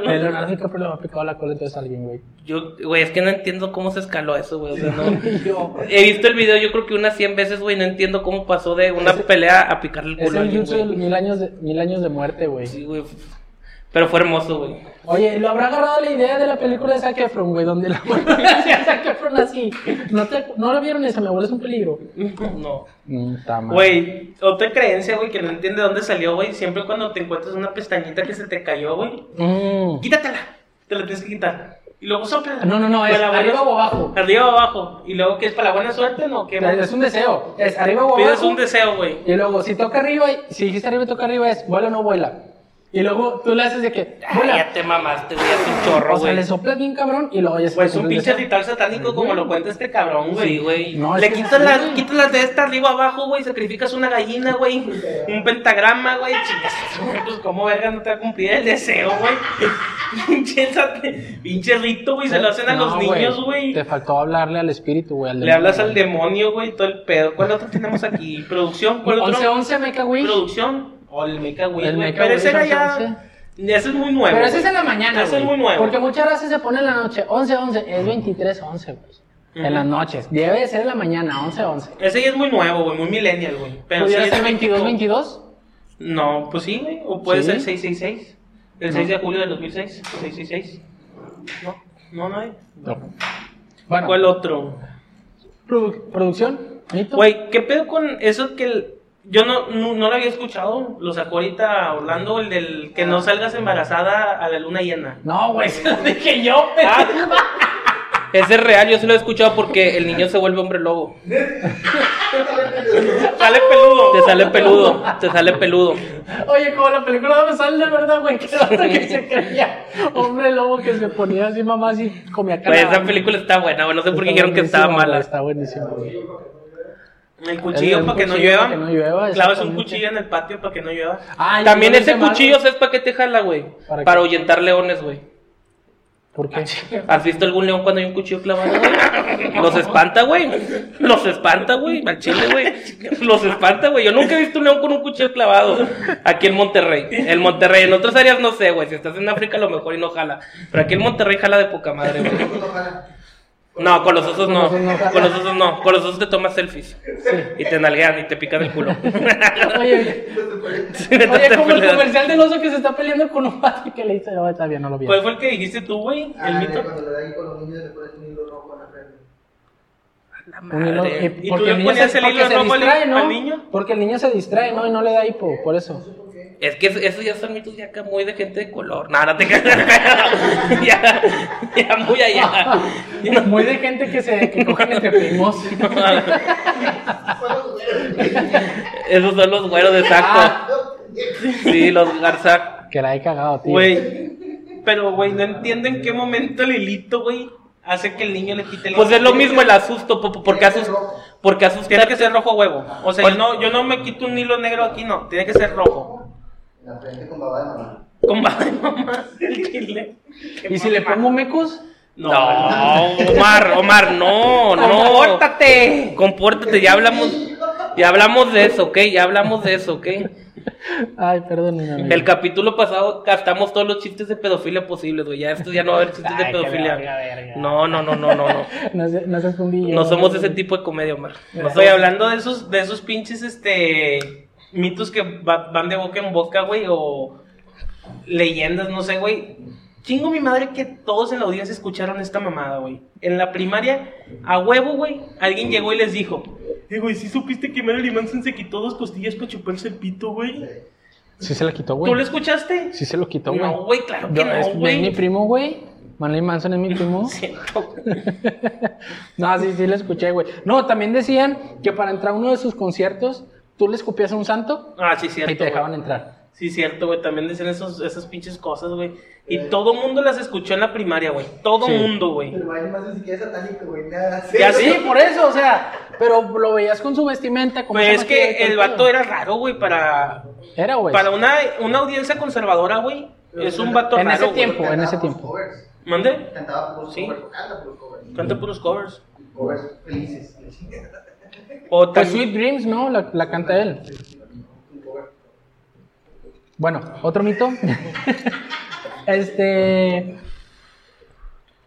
Leonardo DiCaprio le va a picar la cola entonces a alguien, güey. Yo, güey, es que no entiendo cómo se escaló eso, güey. O sea, no. Yo. He visto el video, yo creo que unas 100 veces, güey. No entiendo cómo pasó de una Ese- pelea a picarle el Es culo. a el alguien, jutsu de güey. los mil años de, mil años de muerte, güey. Sí, güey. Pero fue hermoso, güey. Oye, ¿lo habrá agarrado la idea de la película de Zac Efron, güey? Donde la <laughs> abuela hacía a Zac Efron así. ¿No, te, ¿No lo vieron esa? Mi abuela es un peligro. No. Está mal. Güey, otra creencia, güey, que no entiende dónde salió, güey. Siempre cuando te encuentras una pestañita que se te cayó, güey, Mm. quítatela. Te la tienes que quitar. Y luego sopla. No, no, no, es arriba o abajo. Arriba o abajo. ¿Y luego qué es para la buena suerte? No, ¿qué? Es un deseo. Es arriba o abajo. Pides un deseo, güey. Y luego, si toca arriba, y- si dijiste arriba y toca arriba, es vuela o no vuela. Y luego tú le haces de que Ay, vuela. ya te mamaste, güey. Hace un chorro, O sea, güey. le soplas bien cabrón y luego ya se te Pues un cumple el pinche deseo. ritual satánico como lo cuenta este cabrón, güey. Sí, güey. No, Le es que- quitas las, quitas las de esta arriba abajo, güey, sacrificas una gallina, güey, un pentagrama, güey, chingas, pues cómo verga no te va a cumplir el deseo, güey. <laughs> Pinche sat- pinche rito, güey, se lo hacen a No, los niños, güey. Te faltó hablarle al espíritu, güey. Le hablas al demonio, güey, todo el pedo. ¿Cuál otro tenemos aquí? ¿Producción? ¿Cuál otro? 11-11 Mecha Wish. ¿Producción? O el Mecha Wii, El güey. Mecha Pero Wii, ese era 11. ya... Ese es muy nuevo. Pero ese es güey. en la mañana. Ese es güey. muy nuevo. Porque muchas veces se pone en la noche. 11-11 es 23-11, güey. Ujú. En las noches. Debe de ser en la mañana, 11-11. Ese ya es muy nuevo, güey, muy millennial, güey. Pero ¿Pudiera sí es ser típico. 22-22? No, pues sí, güey. O puede Sí. ser 666. El 6 de julio del 2006. 666. No, no, no hay. No. Bueno, ¿Cuál otro? produ- producción. ¿Mito? Güey, ¿qué pedo con eso que el- yo no, no, no lo había escuchado? Lo sacó ahorita Orlando, el del que no salgas embarazada a la luna llena. No, güey, <laughs> se lo dije yo, pero... Ah. Ese es real, yo sí lo he escuchado porque el niño se vuelve hombre lobo. Sale peludo. Te sale peludo, te <laughs> sale peludo. Oye, como la película de sale de verdad, güey, que era que se creía. Hombre lobo que se ponía así, mamá, así, comía Güey, esa calabaza. película está buena, güey. No sé por qué Está dijeron que estaba buenísima, güey, mala. Está buenísima, güey. El cuchillo El- el para que no cuchillo llueva. para que no llueva, Clavas un exactamente. cuchillo en el patio para que no llueva. Ah, y También no ese dice mal, cuchillo, ¿sabes para qué te jala, güey? ¿Para qué? Para ahuyentar leones, güey. ¿Por Ah, qué? ¿Has visto algún león cuando hay un cuchillo clavado? güey? Los espanta, güey. Los espanta, güey. Al chile, güey. Los espanta, güey. Yo nunca he visto un león con un cuchillo clavado. Aquí en Monterrey. En Monterrey. En otras áreas no sé, güey. Si estás en África, a lo mejor y no jala. Pero aquí en Monterrey jala de poca madre, güey. No, con los osos no. Con los <laughs> osos no. Con los osos no. Con los osos te tomas selfies. Y te nalguean y te pican el <laughs> <laughs> culo. Oye, oye, Entonces, como el peleas. comercial del oso que se está peleando con un vato y que le dice, no, está bien, no lo vi. ¿Cuál fue el que dijiste tú, güey? Ah, El mito. Ah, Cuando le da ahí con los niños le pones un hilo rojo en la frente. Un hilo- madre. y ¿Y tú porque le el niño ponías se- el porque hilo se rojo al- distrae, ¿no? al niño? Porque el niño se distrae, ¿no? Y no le da hipo, por eso. Es que eso- esos ya son mitos ya acá muy de gente de color. Nada, no te <laughs> creas. ya, ya muy <laughs> allá. Muy de gente que se que cogen entre <laughs> primos. Esos son los güeros, Ah, exacto. Sí, los Garza. que la he cagado, tío. Güey, pero güey, no entiendo en qué momento el hilito, güey, hace que el niño le quite el Pues es lo mismo el asusto, po- po- porque, asus- porque Tiene asustar. que ser rojo huevo. O sea, yo no, yo no me quito un hilo negro aquí, no. Tiene que ser rojo. En la frente con babá de mamá. <laughs> Con baba de mamá. El chile. Qué ¿Y si le mamá. pongo mecos? No, Omar, Omar, no, no. ¡Compórtate! Compórtate, ya hablamos. Ya hablamos de eso, ¿ok? Ya hablamos de eso, ¿ok? Ay, perdón, mi amigo. El capítulo pasado gastamos todos los chistes de pedofilia posibles, güey. Ya esto ya no va a haber chistes de Ay, qué verga, pedofilia. verga. No, no, no, no, no, no. No, se- no seas un guillo. No somos ese tipo de comedia, Omar. No Estoy soy hablando. hablando de esos, de esos pinches este mitos que va- van de boca en boca, güey, o leyendas, no sé, güey. Chingo mi madre que todos en la audiencia escucharon esta mamada, güey. En la primaria, a huevo, güey, alguien llegó y les dijo, Eh, güey, ¿sí supiste que Marilyn Manson se quitó dos costillas para chuparse el pito, güey? Sí se la quitó, ¿Tú lo güey. escuchaste? <laughs> Sí se lo quitó, güey. No, güey, claro que Yo- es- no, es mi güey. primo, güey. Marilyn Manson es mi primo. Siento, güey. <laughs> no, sí, sí, lo escuché, güey. No, también decían que para entrar a uno de sus conciertos, tú le escupías a un santo Ah, sí, cierto. y te dejaban güey. entrar. Sí, cierto, güey. También decían esos, esas pinches cosas, güey. Y todo mundo las escuchó en la primaria, güey. Todo Sí. mundo, güey. Pero Marilyn Manson ni siquiera es satánico, güey. Nada. Ya sí. sé. Sí, por eso, o sea, pero lo veías con su vestimenta. Como Pues es que el vato era raro, güey, para, Era, güey. Pues para una, una audiencia conservadora, güey. Es un vato En ese raro, güey. tiempo. en ese Cantaba tiempo. puros covers. ¿Mande? Cantaba puros Sí. covers. Canta puros covers. Canta puros covers. Covers felices. la chingada. O Pues también- Sweet Dreams, ¿no? La, la canta él. Un cover. Bueno, otro mito. <laughs> este.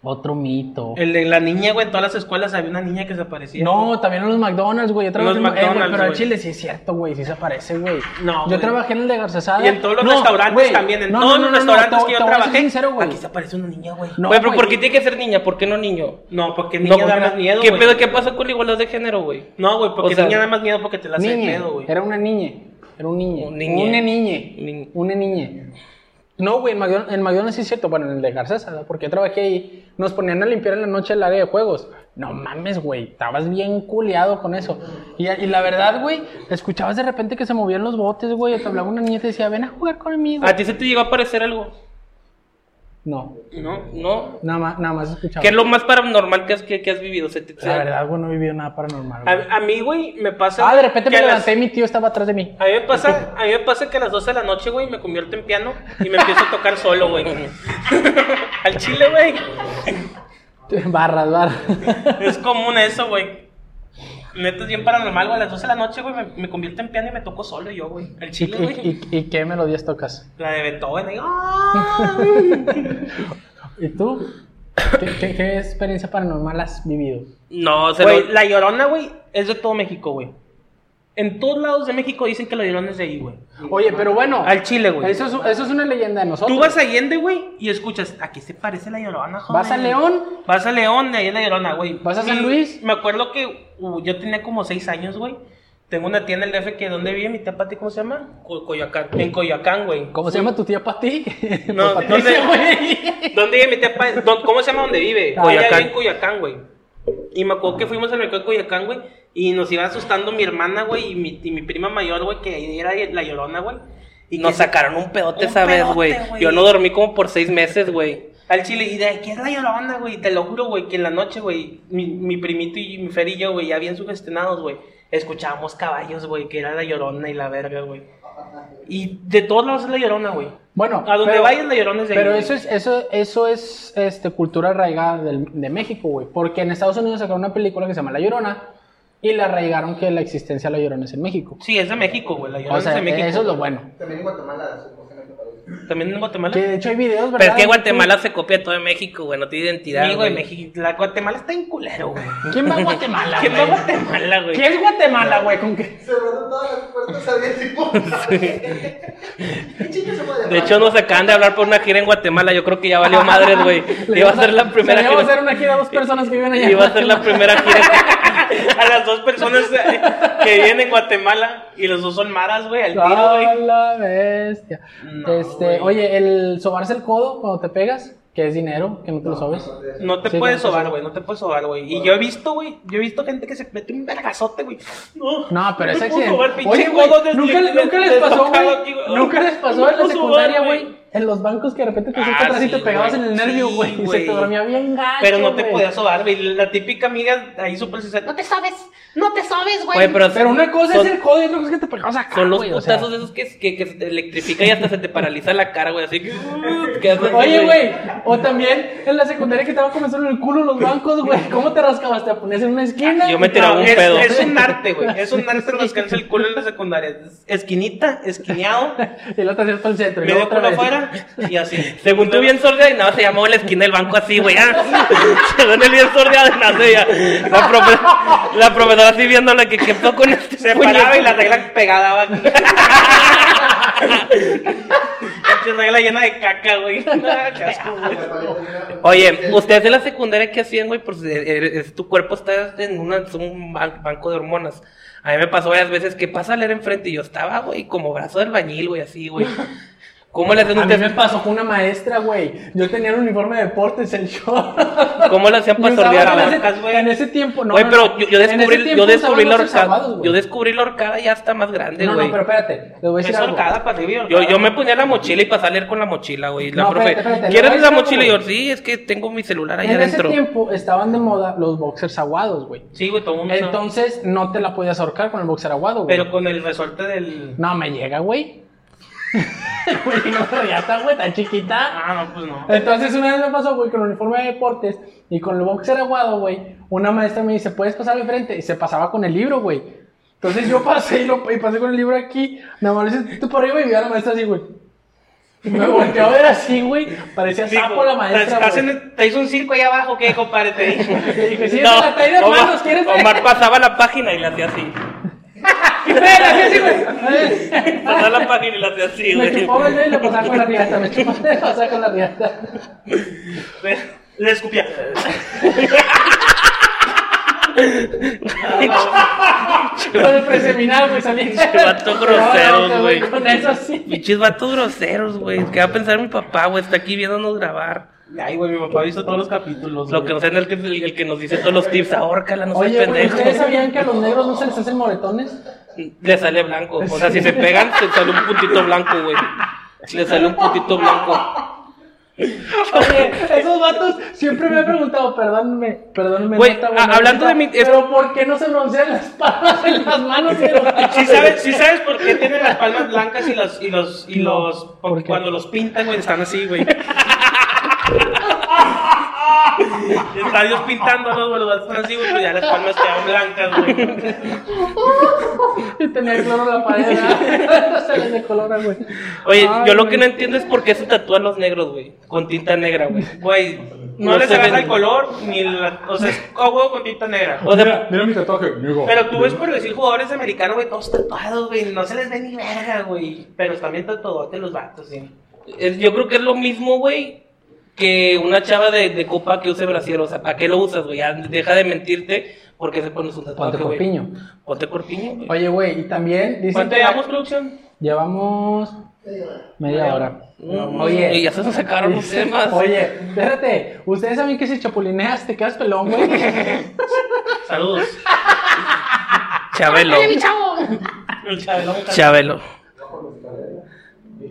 Otro mito. El de la niña, güey, en todas las escuelas había una niña que se aparecía. No, también en los McDonald's, güey. Yo trabajé Los en- eh, güey, McDonald's, pero en güey. Chile sí es cierto, güey. Sí se aparece, güey. No, Yo güey. trabajé en el de Garzasada. Y en todos los restaurantes también, en todos los restaurantes que yo trabajé. sincero, güey. Aquí se aparece una niña, güey. No, güey, pero güey. ¿por qué tiene que ser niña? ¿Por qué no niño? No, porque No, niña da porque- más miedo, ¿Qué güey. pedo? ¿Qué pasa con la igualdad de género, güey? No, güey, porque O sea, niña da más miedo porque te la hace de Niñe, pedo, güey. Era una niña. Era un niño. Un niñe. Una niña. Niñe. Una niña. No, güey, en McDonald's, en McDonald's sí es cierto. Bueno, en el de Garzasada, porque yo trabajé ahí. Nos ponían a limpiar en la noche el área de juegos. No mames, güey. Estabas bien culeado con eso. Y, y la verdad, güey, escuchabas de repente que se movían los botes, güey. o Te hablaba una niña y te decía, ven a jugar conmigo. Ah. ¿A ti se te llegó a aparecer algo? No, No, no. nada más, nada más escuchaba. ¿Qué es lo más paranormal que has, que, que has vivido? ¿Se te- La verdad, güey, no he vivido nada paranormal. güey. A, a mí, güey, me pasa. Ah, de repente que me a las- levanté y mi tío estaba atrás de mí. <laughs> A mí, me pasa, a mí me pasa que a las 12 de la noche, güey, me convierto en piano y me empiezo a tocar solo, güey. <laughs> Al chile, güey. Barras, barras. Es común eso, güey. Neta es bien paranormal, güey. A las 12 de la noche, güey, me, me convierto en piano y me toco solo yo, güey. <laughs> Al ¿Y, chile, güey. y, y- y qué melodías tocas? La de Beethoven, <laughs> ahí. ¡ah! ¿Y tú? ¿Qué, qué- qué experiencia paranormal has vivido? No, se Güey, lo- la Llorona, güey, es de todo México, güey. En todos lados de México dicen que la Llorona es de ahí, güey. Oye, pero bueno, Al Chile, güey. eso es, eso es una leyenda de nosotros. Tú vas a Allende, güey, y escuchas, ¿a qué se parece la Llorona, joven? ¿Vas a León? Vas a León, de ahí es la Llorona, güey. ¿Vas a Y San Luis? Me acuerdo que uh, yo tenía como seis años, güey. Tengo una tía en el DF que, ¿dónde vive mi tía Pati? ¿Cómo se llama? Coyoacán. En Coyoacán, güey. ¿Cómo se llama tu tía Pati? <laughs> No, Pues ¿dónde, Patricia, güey. ¿Dónde vive mi tía Pa- dó- ¿Cómo se llama donde vive? Ah, Coyacán. Coyoacán. en Coyacán, güey. Y me acuerdo que fuimos al mercado de Coyacán, güey. Y nos iba asustando mi hermana, güey, y mi, y mi prima mayor, güey, que era la llorona, güey. Y nos que- sacaron un pedote Un esa vez, pedote, güey. güey. Yo no dormí como por seis meses, güey. Al chile, y de aquí es la llorona, güey. Te lo juro, güey, que en la noche, güey, mi, mi primito y mi Fer y yo, güey, ya bien sugestionados, güey. Escuchábamos caballos, güey, que era la llorona y la verga, güey. Y de todos lados es la llorona, güey. Bueno, A donde pero- vayas, la llorona es de ahí, Pero güey. eso es, eso, eso es este, cultura arraigada del- de México, güey. Porque en Estados Unidos sacaron una película que se llama La Llorona y le arraigaron que la existencia de La Llorona es en México. Sí, es de México, güey. La llorona O sea, es de México. eso es lo bueno. También en Guatemala, supuestamente parece. También en Guatemala. Que de hecho hay videos, ¿verdad? Pero es que en Guatemala YouTube. se copia de todo de México, güey. No tiene identidad, Sí, güey, güey. México- la Guatemala está en culero, güey. <laughs> ¿Quién va a Guatemala, ¿Quién va güey? a Guatemala, güey? ¿Qué es Guatemala, güey? ¿Con qué? Cerraron todas las puertas a tipo. <laughs> De hecho, nos acaban de hablar por una gira en Guatemala. Yo creo que ya valió <laughs> madres, güey. Le Iba a ibas ser la primera se le Iba a hacer gira. una gira a dos personas que viven allá. Iba a ser <laughs> la primera gira. A las dos personas eh, que viven en Guatemala y los dos son maras, güey, al tiro, ¡Ah, güey. la bestia! No, este, güey. oye, el sobarse el codo cuando te pegas, que es dinero, que no te lo sobes. No te Sí, puedes no, sí, sobar, sí. güey, no te puedes sobar, güey. Y yo he visto, güey, yo he visto gente que se mete un vergazote, güey. No, No, pero no es me puedo accidente. sobar, pinche Oye, güey, codo desde- nunca, desde- nunca les pasó, desbocado güey. aquí, güey. Nunca les pasó No en la puedo sobar, secundaria, güey. En los bancos que de repente te sientas Ah, atrás y sí, te pegabas en güey. el nervio, Sí, güey. y se güey. te dormía bien gacho, Pero no te güey. podías sobar, güey. La típica amiga ahí súper sincera. No te sabes, no te sabes, güey. Güey, pero, Pero una cosa son- es el codo y otra cosa es que te pegabas acá, Son los güey, o sea. putazos esos que, que, que se te electrifica y hasta se te paraliza la cara, güey. Así que. <laughs> uh, que haces, <laughs> Oye, güey, o también en la secundaria que te van a comenzar en el culo los bancos, güey. ¿Cómo te rascabas? ¿Te ponías en una esquina? Yo me tiraba un es, pedo. es un arte, güey. Es un arte rascarse el culo en la secundaria. Esquinita, esquineado. <laughs> Y el otro hacías para el centro. y Me luego dio otra culo vez. afuera sorda y así. Según tú, bien sordeado y nada, se llamó la esquina del banco así, güey. ah. <laughs> Según el bien sordeado y nada, ella. La, profe- la profesora así viéndole que qué pasó con este. <laughs> Se puñeto? paraba y la regla pegada <laughs> va aquí. Pinche regla llena de caca, güey. Qué asco, Ah, güey. Oye, ustedes en la secundaria, ¿qué hacían, güey? Pues eh, eres- tu cuerpo está en una- es un ban- banco de hormonas. A mí me pasó varias veces que pasa a leer enfrente y yo estaba, güey, como brazo del bañil, güey, así, güey. ¿Cómo le hacían A mí ustedes? me pasó con una maestra, güey. Yo tenía el uniforme de deportes, el short. ¿Cómo le hacían <laughs> Y para usaba sordear, en güey? ese- marcas, güey. En ese tiempo, no. Güey, no, pero no. yo, yo En ese descubrí, tiempo yo descubrí usaban la los horcada. acabados, güey. Yo descubrí la horcada ya está más grande, No, güey. no, pero espérate. Les voy a Es decir algo. horcada para arriba. y Yo, horcada. yo me ponía la mochila y pasaba a leer con la mochila, güey. La No, profe, espérate, espérate, le ¿quieres voy a la decir mochila? Y algo, yo, sí, es que tengo mi celular ahí En ese adentro. tiempo estaban de moda los boxers aguados, güey. Sí, güey, todo mundo. Entonces no te la podías ahorcar con el boxer aguado, güey. Pero con el resorte del. No me llega, güey. <laughs> Güey, no, pero ya está, güey, tan chiquita. Ah, no, pues no. Entonces una vez me pasó, güey, con el uniforme de deportes y con el boxer aguado, güey. Una maestra me dice, ¿puedes pasar al frente? Y se pasaba con el libro, güey. Entonces yo pasé y, lo, y pasé con el libro aquí. Nada más le hice tú para arriba y vi a la maestra así, güey. Me volteó a ver así, güey. Parecía Ah, sapo Digo, la maestra. Estás güey. en el- te hizo un circo ahí abajo, ¿qué, compadre? Te dijo. <laughs> Le dije, sí, esa la trae de Omar- hermanos, ¿quieres ver? <laughs> Omar pasaba la página y la hacía así. Y me la hacía así, güey. Pasaba la página y la hacía <laughs> así, Me güey. chupó el dedo y lo pasaba con la riata. Me chupó el dedo y lo pasaba con la riata. Le escupía. Con el <laughs> preseminal, güey, salí. vato grosero, No, no, güey. Con eso sí. Pinches vatos groseros, güey. ¿Qué va a pensar mi papá, güey? Está aquí viéndonos grabar. Ay, güey, mi papá ha visto todos los capítulos. Lo güey. que no sé es el que, el que nos dice todos los tips. Ahórcala, no seas Oye, güey, pendejo. ¿ustedes sabían que a los negros no se les hacen moretones? Le sale blanco. O sea, si se pegan, se sale un puntito blanco, güey. Le sale un puntito blanco. <laughs> Oye, esos vatos siempre me han preguntado, perdónme, perdónme. Güey, neta, a- hablando neta, de mi- Pero ¿por qué no se broncean las palmas en las manos? y en <laughs> los pies? Sí sabes, sí sabes por qué tienen las palmas blancas y los y los y No, los ¿por porque qué? cuando los pintan güey están así güey. Están ellos pintándolos güey, los están así güey, pues ya las palmas quedan blancas güey. Y tenía cloro en la pared, <laughs> ¿verdad? <laughs> se les decolora, güey. Oye, Ay, yo lo güey. que no entiendo es por qué se tatúan los negros, güey. Con tinta negra, güey. Güey, no, No les se agarra ven. el color ni la, o sea, es a huevo con tinta negra. O sea, Mira mi tatuaje, amigo. Pero tú ves por decir jugadores americanos güey todos tatuados güey, no se les ve ni verga güey, pero también tatuadotes los vatos sí. es- yo creo que es lo mismo, güey, que una chava de, de copa que use brasier. O sea, ¿para qué lo usas, güey? Ya deja de mentirte porque se pones un tatuaje, Ponte güey. corpiño. Ponte corpiño, güey. Oye, güey, y también dicen ¿Cuánto que la- llevamos producción? llevamos media hora. Mm, Oye. Y ya se nos sacaron los temas. <laughs> Oye, espérate, ustedes saben que si chapulineas te quedas pelón, güey. Saludos. Chabelo. El Chabelo. Chabelo.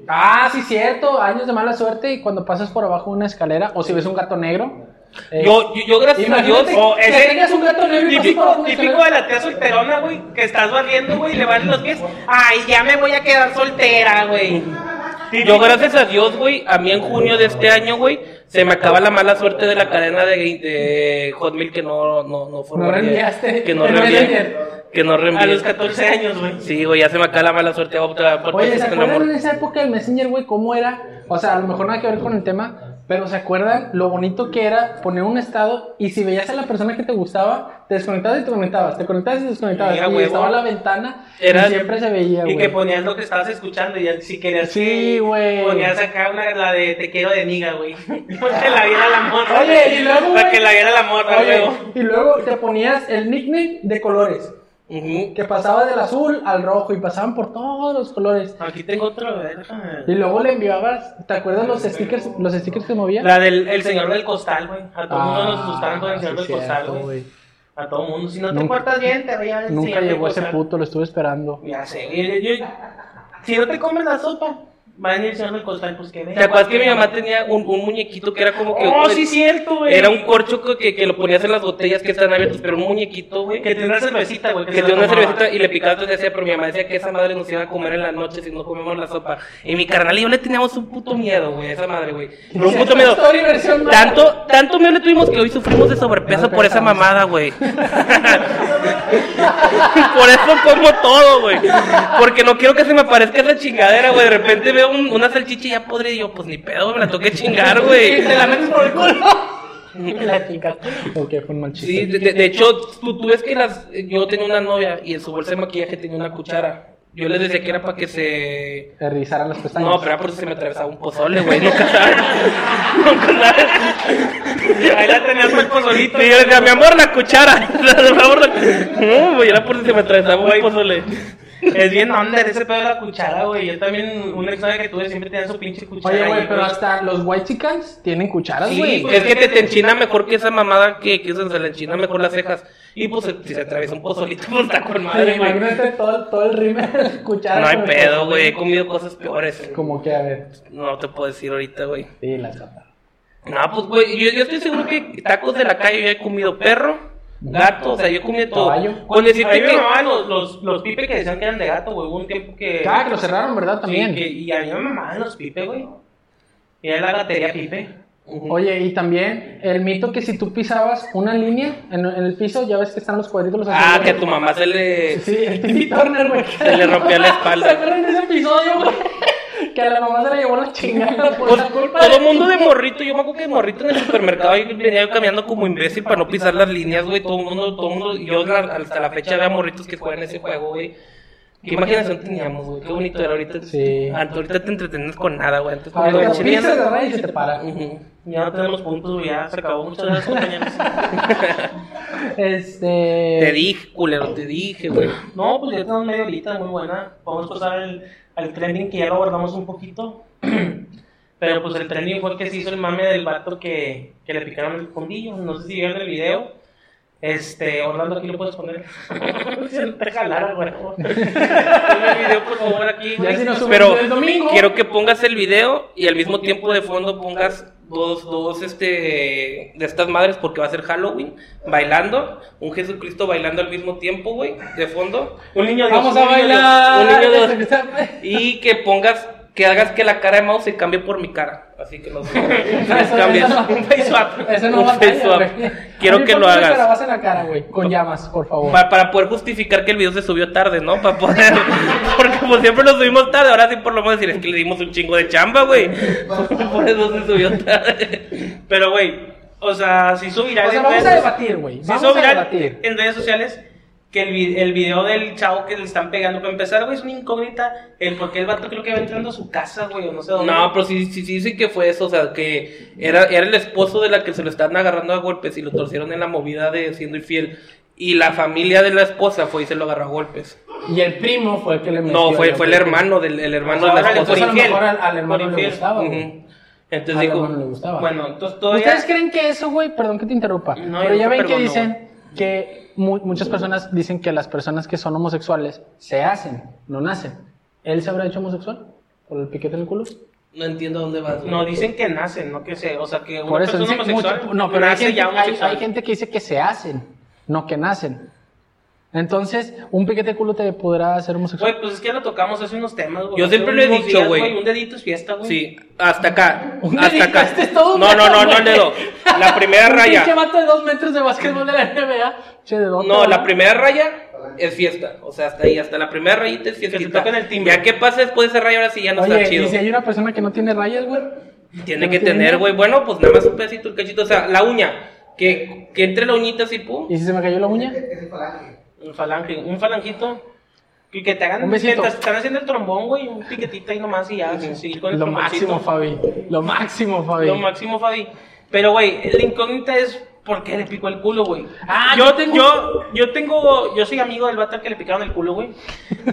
Ah, sí, cierto, años de mala suerte y cuando pasas por abajo de una escalera o si ves un gato negro. eh, Yo, yo, yo, oh, gracias a Dios. imagínate o que ese- tengas un gato negro y pases por abajo de Típico, una típico de escalera. la tía solterona, güey, que estás barriendo, güey, y le van los pies. Ay, ya me voy a quedar soltera, güey. Yo, gracias a Dios, güey, a mí en junio de este año, güey, se me acaba la mala suerte de la cadena de, de Hotmail que no, no, no formó. reenviaste. Que no <laughs> El reenvié. Messenger. Que no A los reenvié. 14 años, güey. Sí, güey, ya se me acaba la mala suerte. voy a optar por Oye, ¿se Texas en acuerdan amor. en esa época del Messenger, güey, cómo era? O sea, a lo mejor nada que ver con el tema, pero ¿se acuerdan lo bonito que era poner un estado y si veías a la persona que te gustaba, te desconectabas y te conectabas, te conectabas y te desconectabas, Mira, y huevo. estaba la ventana Era- y siempre se veía, Y güey. que ponías lo que estabas escuchando, y ya si querías. Sí, güey. Ponías acá una, la de te quiero de niga, güey. <laughs> Para que la viera la morra. Oye, y luego, Para güey. que la viera la morra, Oye, güey. y luego te ponías el nickname de colores, Ujú. que pasaba del azul al rojo y pasaban por todos los colores. Aquí tengo otro, a ver, déjame Y ver. luego le enviabas, ¿te acuerdas los stickers, los stickers que movías? La del el señor del costal, güey. A todo Ah, mundo nos gustaban con el señor sí, del costal, cierto, güey. A todo mundo. Si no te Nunca- portas bien, te voy a ver el Nunca señor del llegó ese costal. puto, lo estuve esperando. Ya sé, güey, yo- yo- si no te comes la sopa, va a venir el señor del costal, pues que venga. ¿Te acuerdas que mi mamá tenía un, un muñequito que era como que. Oh, sí, cierto, güey. Era un corcho que- que, que lo ponías en las botellas que están abiertas, pero un muñequito, güey. Que tenía una cervecita, güey. que se tenía la una tomaba. cervecita y le picaba entonces decía, pero mi mamá decía que esa madre nos iba a comer en la noche si no comemos la sopa. Y mi carnal y yo le teníamos un puto miedo, güey, a esa madre, güey. Pero un puto miedo. Story versión mala. <laughs> Tanto, tanto miedo le tuvimos que hoy sufrimos de sobrepeso por esa mamada, güey. Por eso como todo, güey. Porque no quiero que se me aparezca esa chingadera, güey. De repente veo un- una salchicha y ya podría yo, pues ni pedo, güey, me la tengo que chingar, güey. Te la metes por el culo. La chica. Ok, fue un mal chiste. Sí, de, de- de hecho, tú, tú ves que las, yo tenía una novia y en su bolsa de maquillaje tenía una cuchara. Yo les decía que era para que se... Te rizaran las pestañas. No, pero era por eso se me atravesaba un pozole, güey. Nunca <laughs> sabes. Nunca sabes. Ahí la tenías por el pozolito. <laughs> Y yo le decía, mi amor, la cuchara. <laughs> Por favor, la- No, güey, era por si se me atravesaba un Güey. pozole. Es bien under ese pedo de la cuchara, güey. Yo también, un examen que tuve siempre tenía su pinche cuchara. pues, Oye, ahí, güey, pero hasta los white chicans tienen cucharas, Ah, güey. Sí, es que te, te enchina mejor que esa mamada que, que se le enchina mejor las cejas. Y pues si se atraviesa un pozolito, <laughs> pues está con Oye, madre, güey. imagínate todo, todo el <laughs> rímel cucharas. No hay güey. pedo, güey. He comido cosas peores. Como que, a ver. No te puedo decir ahorita, güey. Sí, la chapa. No, pues, güey, yo, yo estoy seguro que tacos de la calle yo he comido perro, gato, o sea, yo he comido todo. Caballo. Con A mí decirte me que... mamaban los, los, los pipes que decían que eran de gato, güey. Hubo un tiempo Eh, que. Ah, que lo cerraron, ¿verdad? También. Sí, que- y a mí me mamaban los pipes, güey. Y era la gatería pipe. Oye, y también el mito que si tú pisabas una línea en, en el piso, ya ves que están los cuadritos, los Ah, que a azulejos. tu mamá se le... Sí, el Timmy Turner, güey. Se le rompía la ¿Se espalda. acuerdan de ese episodio, güey? Que a la mamá se la llevó la chingada por Pues, la culpa. todo de- mundo de morrito, yo me acuerdo que de morrito en el supermercado ahí venía yo caminando como imbécil para no pisar las líneas, güey, todo mundo, todo mundo, y yo la- hasta la fecha veo morritos que juegan ese juego, güey. Qué imaginación teníamos, güey, qué bonito era ahorita. Sí. Antes ahorita te entretenes con nada, güey, antes Ahorita comías pisas chilenas. la raya y se te para. Ujú. Ya no tenemos puntos, güey. Ya se acabó. Muchas gracias, compañeros. <laughs> Este. Te dije, culero, te dije, güey. no, pues ya tenemos media horita muy buena. Vamos a pasar al, al trending que ya lo abordamos un poquito. <clears throat> Pero pues el trending fue el que se hizo el mame del vato que, que le picaron el fundillo. No sé si vieron el video. Este, Orlando, aquí lo puedes poner. <laughs> se lo te <laughs> jalaron, güey. Ponme el video, por favor, aquí. güey. Ya si nos Pero subimos el domingo. quiero que pongas el video y al mismo tiempo de fondo pongas dos, dos este, de estas madres porque va a ser Halloween bailando, un Jesucristo bailando al mismo tiempo, güey, de fondo. Un niño de Vamos un a niño de- bailar. un niño de dos. Y que pongas, que hagas que la cara de Mao se cambie por mi cara. Así que los, <laughs> los cambies. Un face swap. Eso no Un va a face swap. Quiero que lo hagas. en la cara, güey. Con llamas, por favor. Pa- para poder justificar que el video se subió tarde, ¿no? Para poder. <laughs> Porque pues siempre lo subimos tarde. Ahora sí, por lo menos decir, es que le dimos un chingo de chamba, güey. <laughs> Por eso se subió tarde. Pero, güey, o sea, si hizo viral O sea, en vamos redes- a debatir, güey. se hizo Vamos a viral debatir. en redes sociales que el, vi- el video del chavo que le están pegando para empezar, güey, es una incógnita. El por qué el vato creo que va entrando a su casa, güey, o no sé dónde. No, pero sí, sí, sí dicen que fue eso. O sea, que era, era el esposo de la que se lo están agarrando a golpes y lo torcieron en la movida de siendo infiel. Y la familia de la esposa fue y se lo agarró a golpes. Y el primo fue el que le metió. No, fue, yo fue el creo. hermano del el hermano O sea, de la órale, esposa. Entonces, a lo infiel, mejor al, al por hermano le infiel. gustaba, güey. Ujú. Entonces Al digo, hermano le gustaba. Bueno, entonces todavía. ¿Ustedes creen que eso, güey? Perdón que te interrumpa. No, pero yo ya te ven que perdono, dicen que mu- muchas personas dicen que las personas que son homosexuales se hacen, no nacen. ¿Él se habrá hecho homosexual? ¿Por el piquete en el culo? no entiendo a dónde vas. güey. No, dicen que nacen, no que se. O sea, que una Por eso persona dicen homosexual mucho- no, pero hay nace gente, ya hay- homosexual. hay gente que dice que se hacen, no que nacen. Entonces, un piquete de culo te podrá hacer homosexual. Güey, pues es que lo tocamos hace unos temas, güey. Yo Hace siempre lo he unos dicho, días, güey. Un dedito es fiesta, güey. Sí, hasta acá. <laughs> Un Hasta dedito, acá. <laughs> este es todo un no, no, dedo, no, no, güey. el dedo. <laughs> La primera Un pinche raya. vato de dos metros de básquetbol de la NBA. Che, de dota, No, la ¿verdad? primera raya es fiesta. O sea, hasta ahí, hasta la primera rayita es fiesta. toquen el timbre. Ya que pasa después de esa raya, ahora sí ya no Oye, está chido. y si hay una persona que no tiene rayas, güey. Tiene no que tiene tener, nada. güey. Bueno, pues nada más un pedacito, el cachito. O sea, la uña. Que, que entre la uñita así, pum. ¿Y si se me cayó la uña? Es el falange. Un falange, un falanjito. Que que te hagan. Un besito. que te están haciendo el trombón, güey. Un piquetito ahí nomás y ya. sin seguir con el Lo tromboncito. máximo, Fabi. Lo máximo, Fabi. Lo máximo, Fabi. Pero, güey, la incógnita es por qué le picó el culo, güey. Ah, yo, yo tengo- Yo, yo tengo. Yo soy amigo del vato al que le picaron el culo, güey.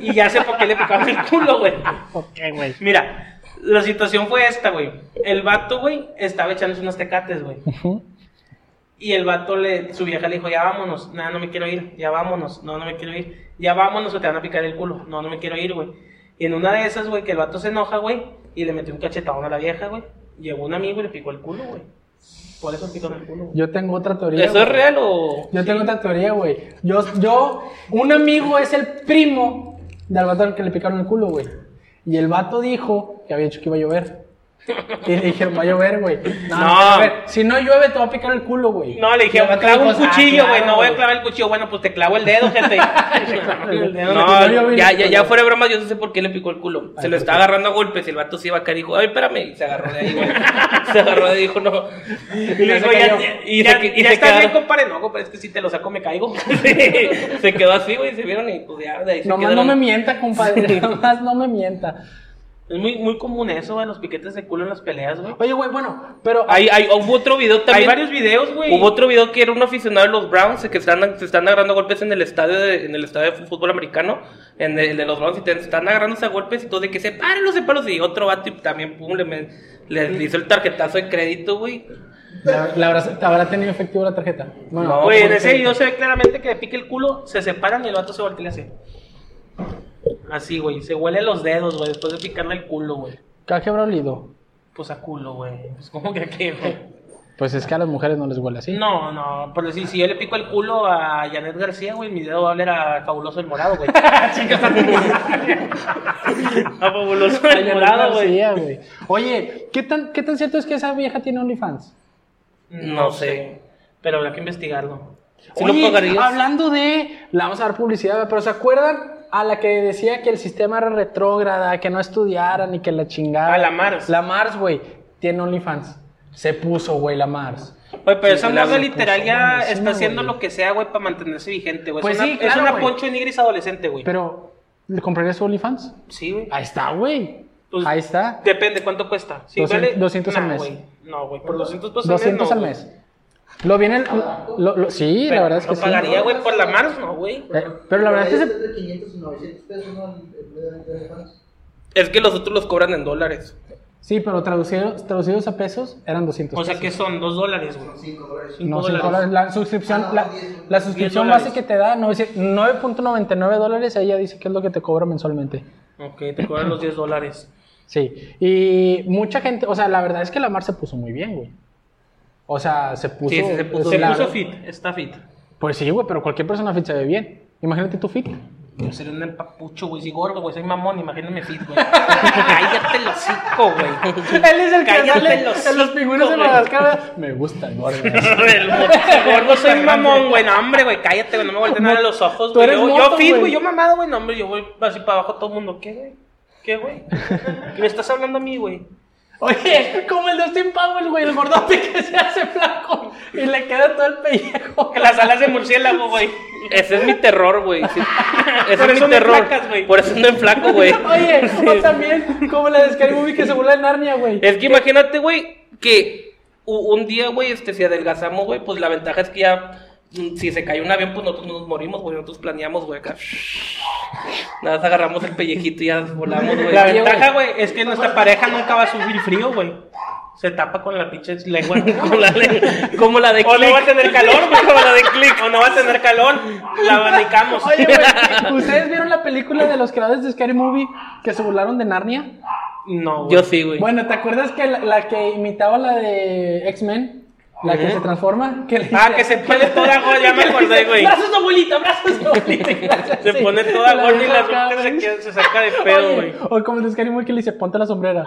Y ya sé por qué le picaron el culo, güey. Ok, güey. Mira, la situación fue esta, güey. El vato, güey, estaba echándose unos tecates, güey. Ujú. Y el vato, le, su vieja le dijo, ya vámonos, nada, no me quiero ir, ya vámonos, no, no me quiero ir, ya vámonos o te van a picar el culo, no, no me quiero ir, güey. Y en una de esas, güey, que el vato se enoja, güey, y le metió un cachetadón a la vieja, güey. Llegó un amigo y le picó el culo, güey. Por eso picó el culo, güey. Yo tengo otra teoría. ¿Eso es güey. real o.? Yo tengo otra teoría, güey. Yo, yo, un amigo es el <laughs> primo del vato al que le picaron el culo, güey. Y el vato dijo que había dicho que iba a llover. Y le dije, va a llover, güey. No, No. no va a llover. si no llueve, te va a picar el culo, güey. No, le dije, Y el vato clavo un dijo, "Ah, cuchillo, güey. claro, no voy a clavar el cuchillo. Bueno, pues te clavo el dedo, gente. <laughs> El dedo me picó, yo No, vi ya, ya, el pues culo. ya fuera de broma, yo no sé por qué le picó el culo. Se lo ¿por está agarrando a golpes y el vato se iba acá y dijo, ay, espérame. Y se agarró de ahí, güey. <laughs> Se agarró de ahí y dijo, no. <laughs> Y le digo, se ya, cayó. ya, Y ya- se, y ya se está bien, quedaron- compadre. No, compadre, es que si te lo saco me caigo. Sí, <laughs> se quedó así, güey, se vieron y pues ya de ahí se Nomás no quedaron. me mienta, compadre. <laughs> Nomás no me mienta. Es muy, muy común eso, güey, los piquetes de culo en las peleas, güey. Oye, güey, bueno, pero. Hay, hay, hubo otro video también. Hay varios videos, güey. Hubo otro video que era un aficionado de los Browns que están, se están agarrando golpes en el estadio de, en el estadio de fútbol americano, en el de los Browns, y te- están agarrándose a golpes y todo de que sepárenlos, sepárenlos. Y otro vato y también, pum, le, me- le hizo el tarjetazo de crédito, güey. Pues, La, la habrá, ¿te habrá tenido efectivo la tarjeta? Bueno, No, Güey, en porque- ese video se ve claramente que le pica el culo, se separan y el vato se voltea y le hace. Así, güey. Se huele los dedos, güey, después de picarle el culo, güey. ¿A qué habrá olido? Pues a culo, güey. Pues como que a qué, <laughs> güey. Pues es que a las mujeres no les huele así. No, no, por decir, si yo le pico el culo a Janet García, güey, mi dedo va a oler a Fabuloso el Morado, <laughs> güey. Ah, A fabuloso. <laughs> Ay, el morado, no, güey. sí, güey. Oye, ¿qué tan, ¿qué tan cierto es que esa vieja tiene OnlyFans? No sé. Pero habrá que investigarlo. ¿Sí lo Oye, pagarías? hablando de... La vamos a dar publicidad, güey, pero ¿se acuerdan a la que decía que el sistema era retrógrada, que no estudiaran y que la chingara? A la Mars. La Mars, güey, tiene OnlyFans. Se puso, güey, la Mars. Oye, pero Sí, esa la moza me literal puso ya buenísima, está haciendo güey. lo que sea, güey, para mantenerse vigente, güey. Pues es una, sí, es claro, una güey. poncho de nigris adolescente, güey. Pero, ¿le comprarías su OnlyFans? Sí, güey. Ahí está, güey. Pues, Ahí está. Depende, ¿cuánto cuesta? Si 200 vale- 200 al nah, mes. güey. No, güey, por 200 pesos 200 al Pues, no, mes. Lo viene... el- lo- lo- sí, güey. la verdad es No que sí. pagaría, güey, por la Mars, no, güey. Eh, pero la verdad es que se- de 500 y 900 pesos, ¿no? En- en- en- en- Es que los otros los cobran en dólares. Sí, pero traducidos, traducidos a pesos eran 200 O sea que pesos. son 2 dólares, güey. Son 5 dólares. No, cinco cinco dólares. dólares. La suscripción, Ah, la, diez, la diez suscripción dólares. base que te da, no es- 9.99 dólares, ella dice que es lo que te cobra mensualmente. Ok, te cobran los 10 dólares. Sí. Y mucha gente, o sea, la verdad es que la Mar se puso muy bien, güey. O sea, se puso... Sí, sí, se puso- Se la- puso fit, está fit. Pues sí, güey, pero cualquier persona fit se ve bien. Imagínate tú fit. Yo sería un empapucho, güey. Si gordo, güey, soy mamón, imagíname fit, <laughs> güey. Cállate el hocico, <laughs> güey. Él es el que Cállate sale el hocico, en los pingüinos de güey. Madagascar, Me gusta el gordo. El gordo soy mamón, güey. No, hombre, güey, cállate, güey. No me volteen nada a los ojos, Tú güey. eres Yo, yo moto, fit, güey, güey. yo mamado, güey. No, hombre, yo voy así para abajo todo el mundo. ¿Qué, güey? ¿Qué, <laughs> güey? ¿Qué me estás hablando a mí, güey? Oye, como el de Austin Powell, güey, el gordote que se hace flaco y le queda todo el pellejo. Que las alas de murciélago, güey. Ese es mi terror, güey. sí. Ese Por es eso mi no terror. enflacas, güey. Por eso ando en flaco, <laughs> güey. Oye, o también como la de Scary Movie que se burla de Narnia, güey. Es que imagínate, güey, que u- un día, güey, este, si adelgazamos, güey, pues la ventaja es que ya, mm, si se cae un avión, pues nosotros no nos morimos, güey, nosotros planeamos, güey, acá. Nada más agarramos el pellejito y ya volamos, güey. La ventaja, güey, es que nuestra pareja nunca va a sufrir frío, güey. Se tapa con la pinche lengua. Como la de, como la de O no va a Click. tener calor, güey. Como la de click. O no va a tener calor. <laughs> La abanicamos. Oye, güey, ¿ustedes vieron la película de los creadores de Scary Movie que se burlaron de Narnia? No, güey. Yo sí, güey. Bueno, ¿te acuerdas que la, la que imitaba la de X-Men? La que se transforma. Que le Ah, dice- que se pone toda gorda, ya me que le acordé, dice, güey. Brazos de abuelita, brazos de abuelita. y brazos Se así. pone toda gorda y las saca, bocas se, güey. queda- se saca de pedo, Oye, güey. O como el de Scary Movie que le dice, ponte la sombrera.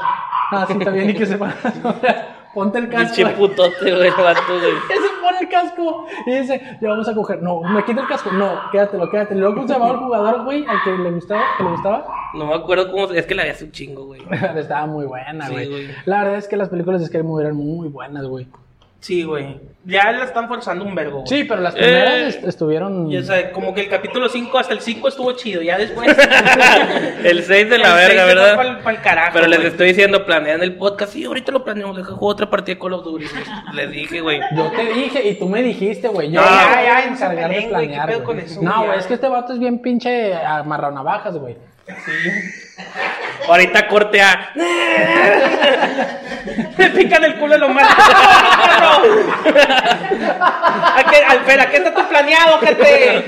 Ah, sí, está bien, y que se ponga la sombrera. Ponte el casco. Pinche <laughs> putote, güey, el vato, güey. Que se pone el casco y dice, ya vamos a coger. No, me quita el casco. No, quédatelo, quédatelo. Luego ¿cómo se llamaba el jugador, güey, al que le gustaba, que le gustaba. <laughs> No me acuerdo cómo, es que la vi hace un chingo, güey. Estaba muy buena, Sí, güey. güey. la verdad es que las películas de Scary Movie eran muy buenas, güey. Sí, güey. Ya la están forzando un vergo. güey. Sí, pero las Eh. primeras est- estuvieron. Y o sea, como que el capítulo 5 hasta el 5 estuvo chido. Ya después. <laughs> El 6 de la <laughs> El verga, seis se fue ¿verdad? pa'l- pa'l carajo, Pero les güey. estoy diciendo, planean el podcast. Sí, ahorita lo planeamos. Deja jugar otra partida de Call of Duty. Les dije, güey. Yo <laughs> te dije y tú me dijiste, güey. Yo No, me ya, voy ya, a en encargar de Zapelén, güey, ¿qué planear, pedo con güey. eso, No, güey? güey, es que este vato es bien pinche amarranavajas, güey. Ahorita corte <laughs> a. Me pican el culo lo malo. ¿A qué, Alfera, ¿qué está tu planeado, gente?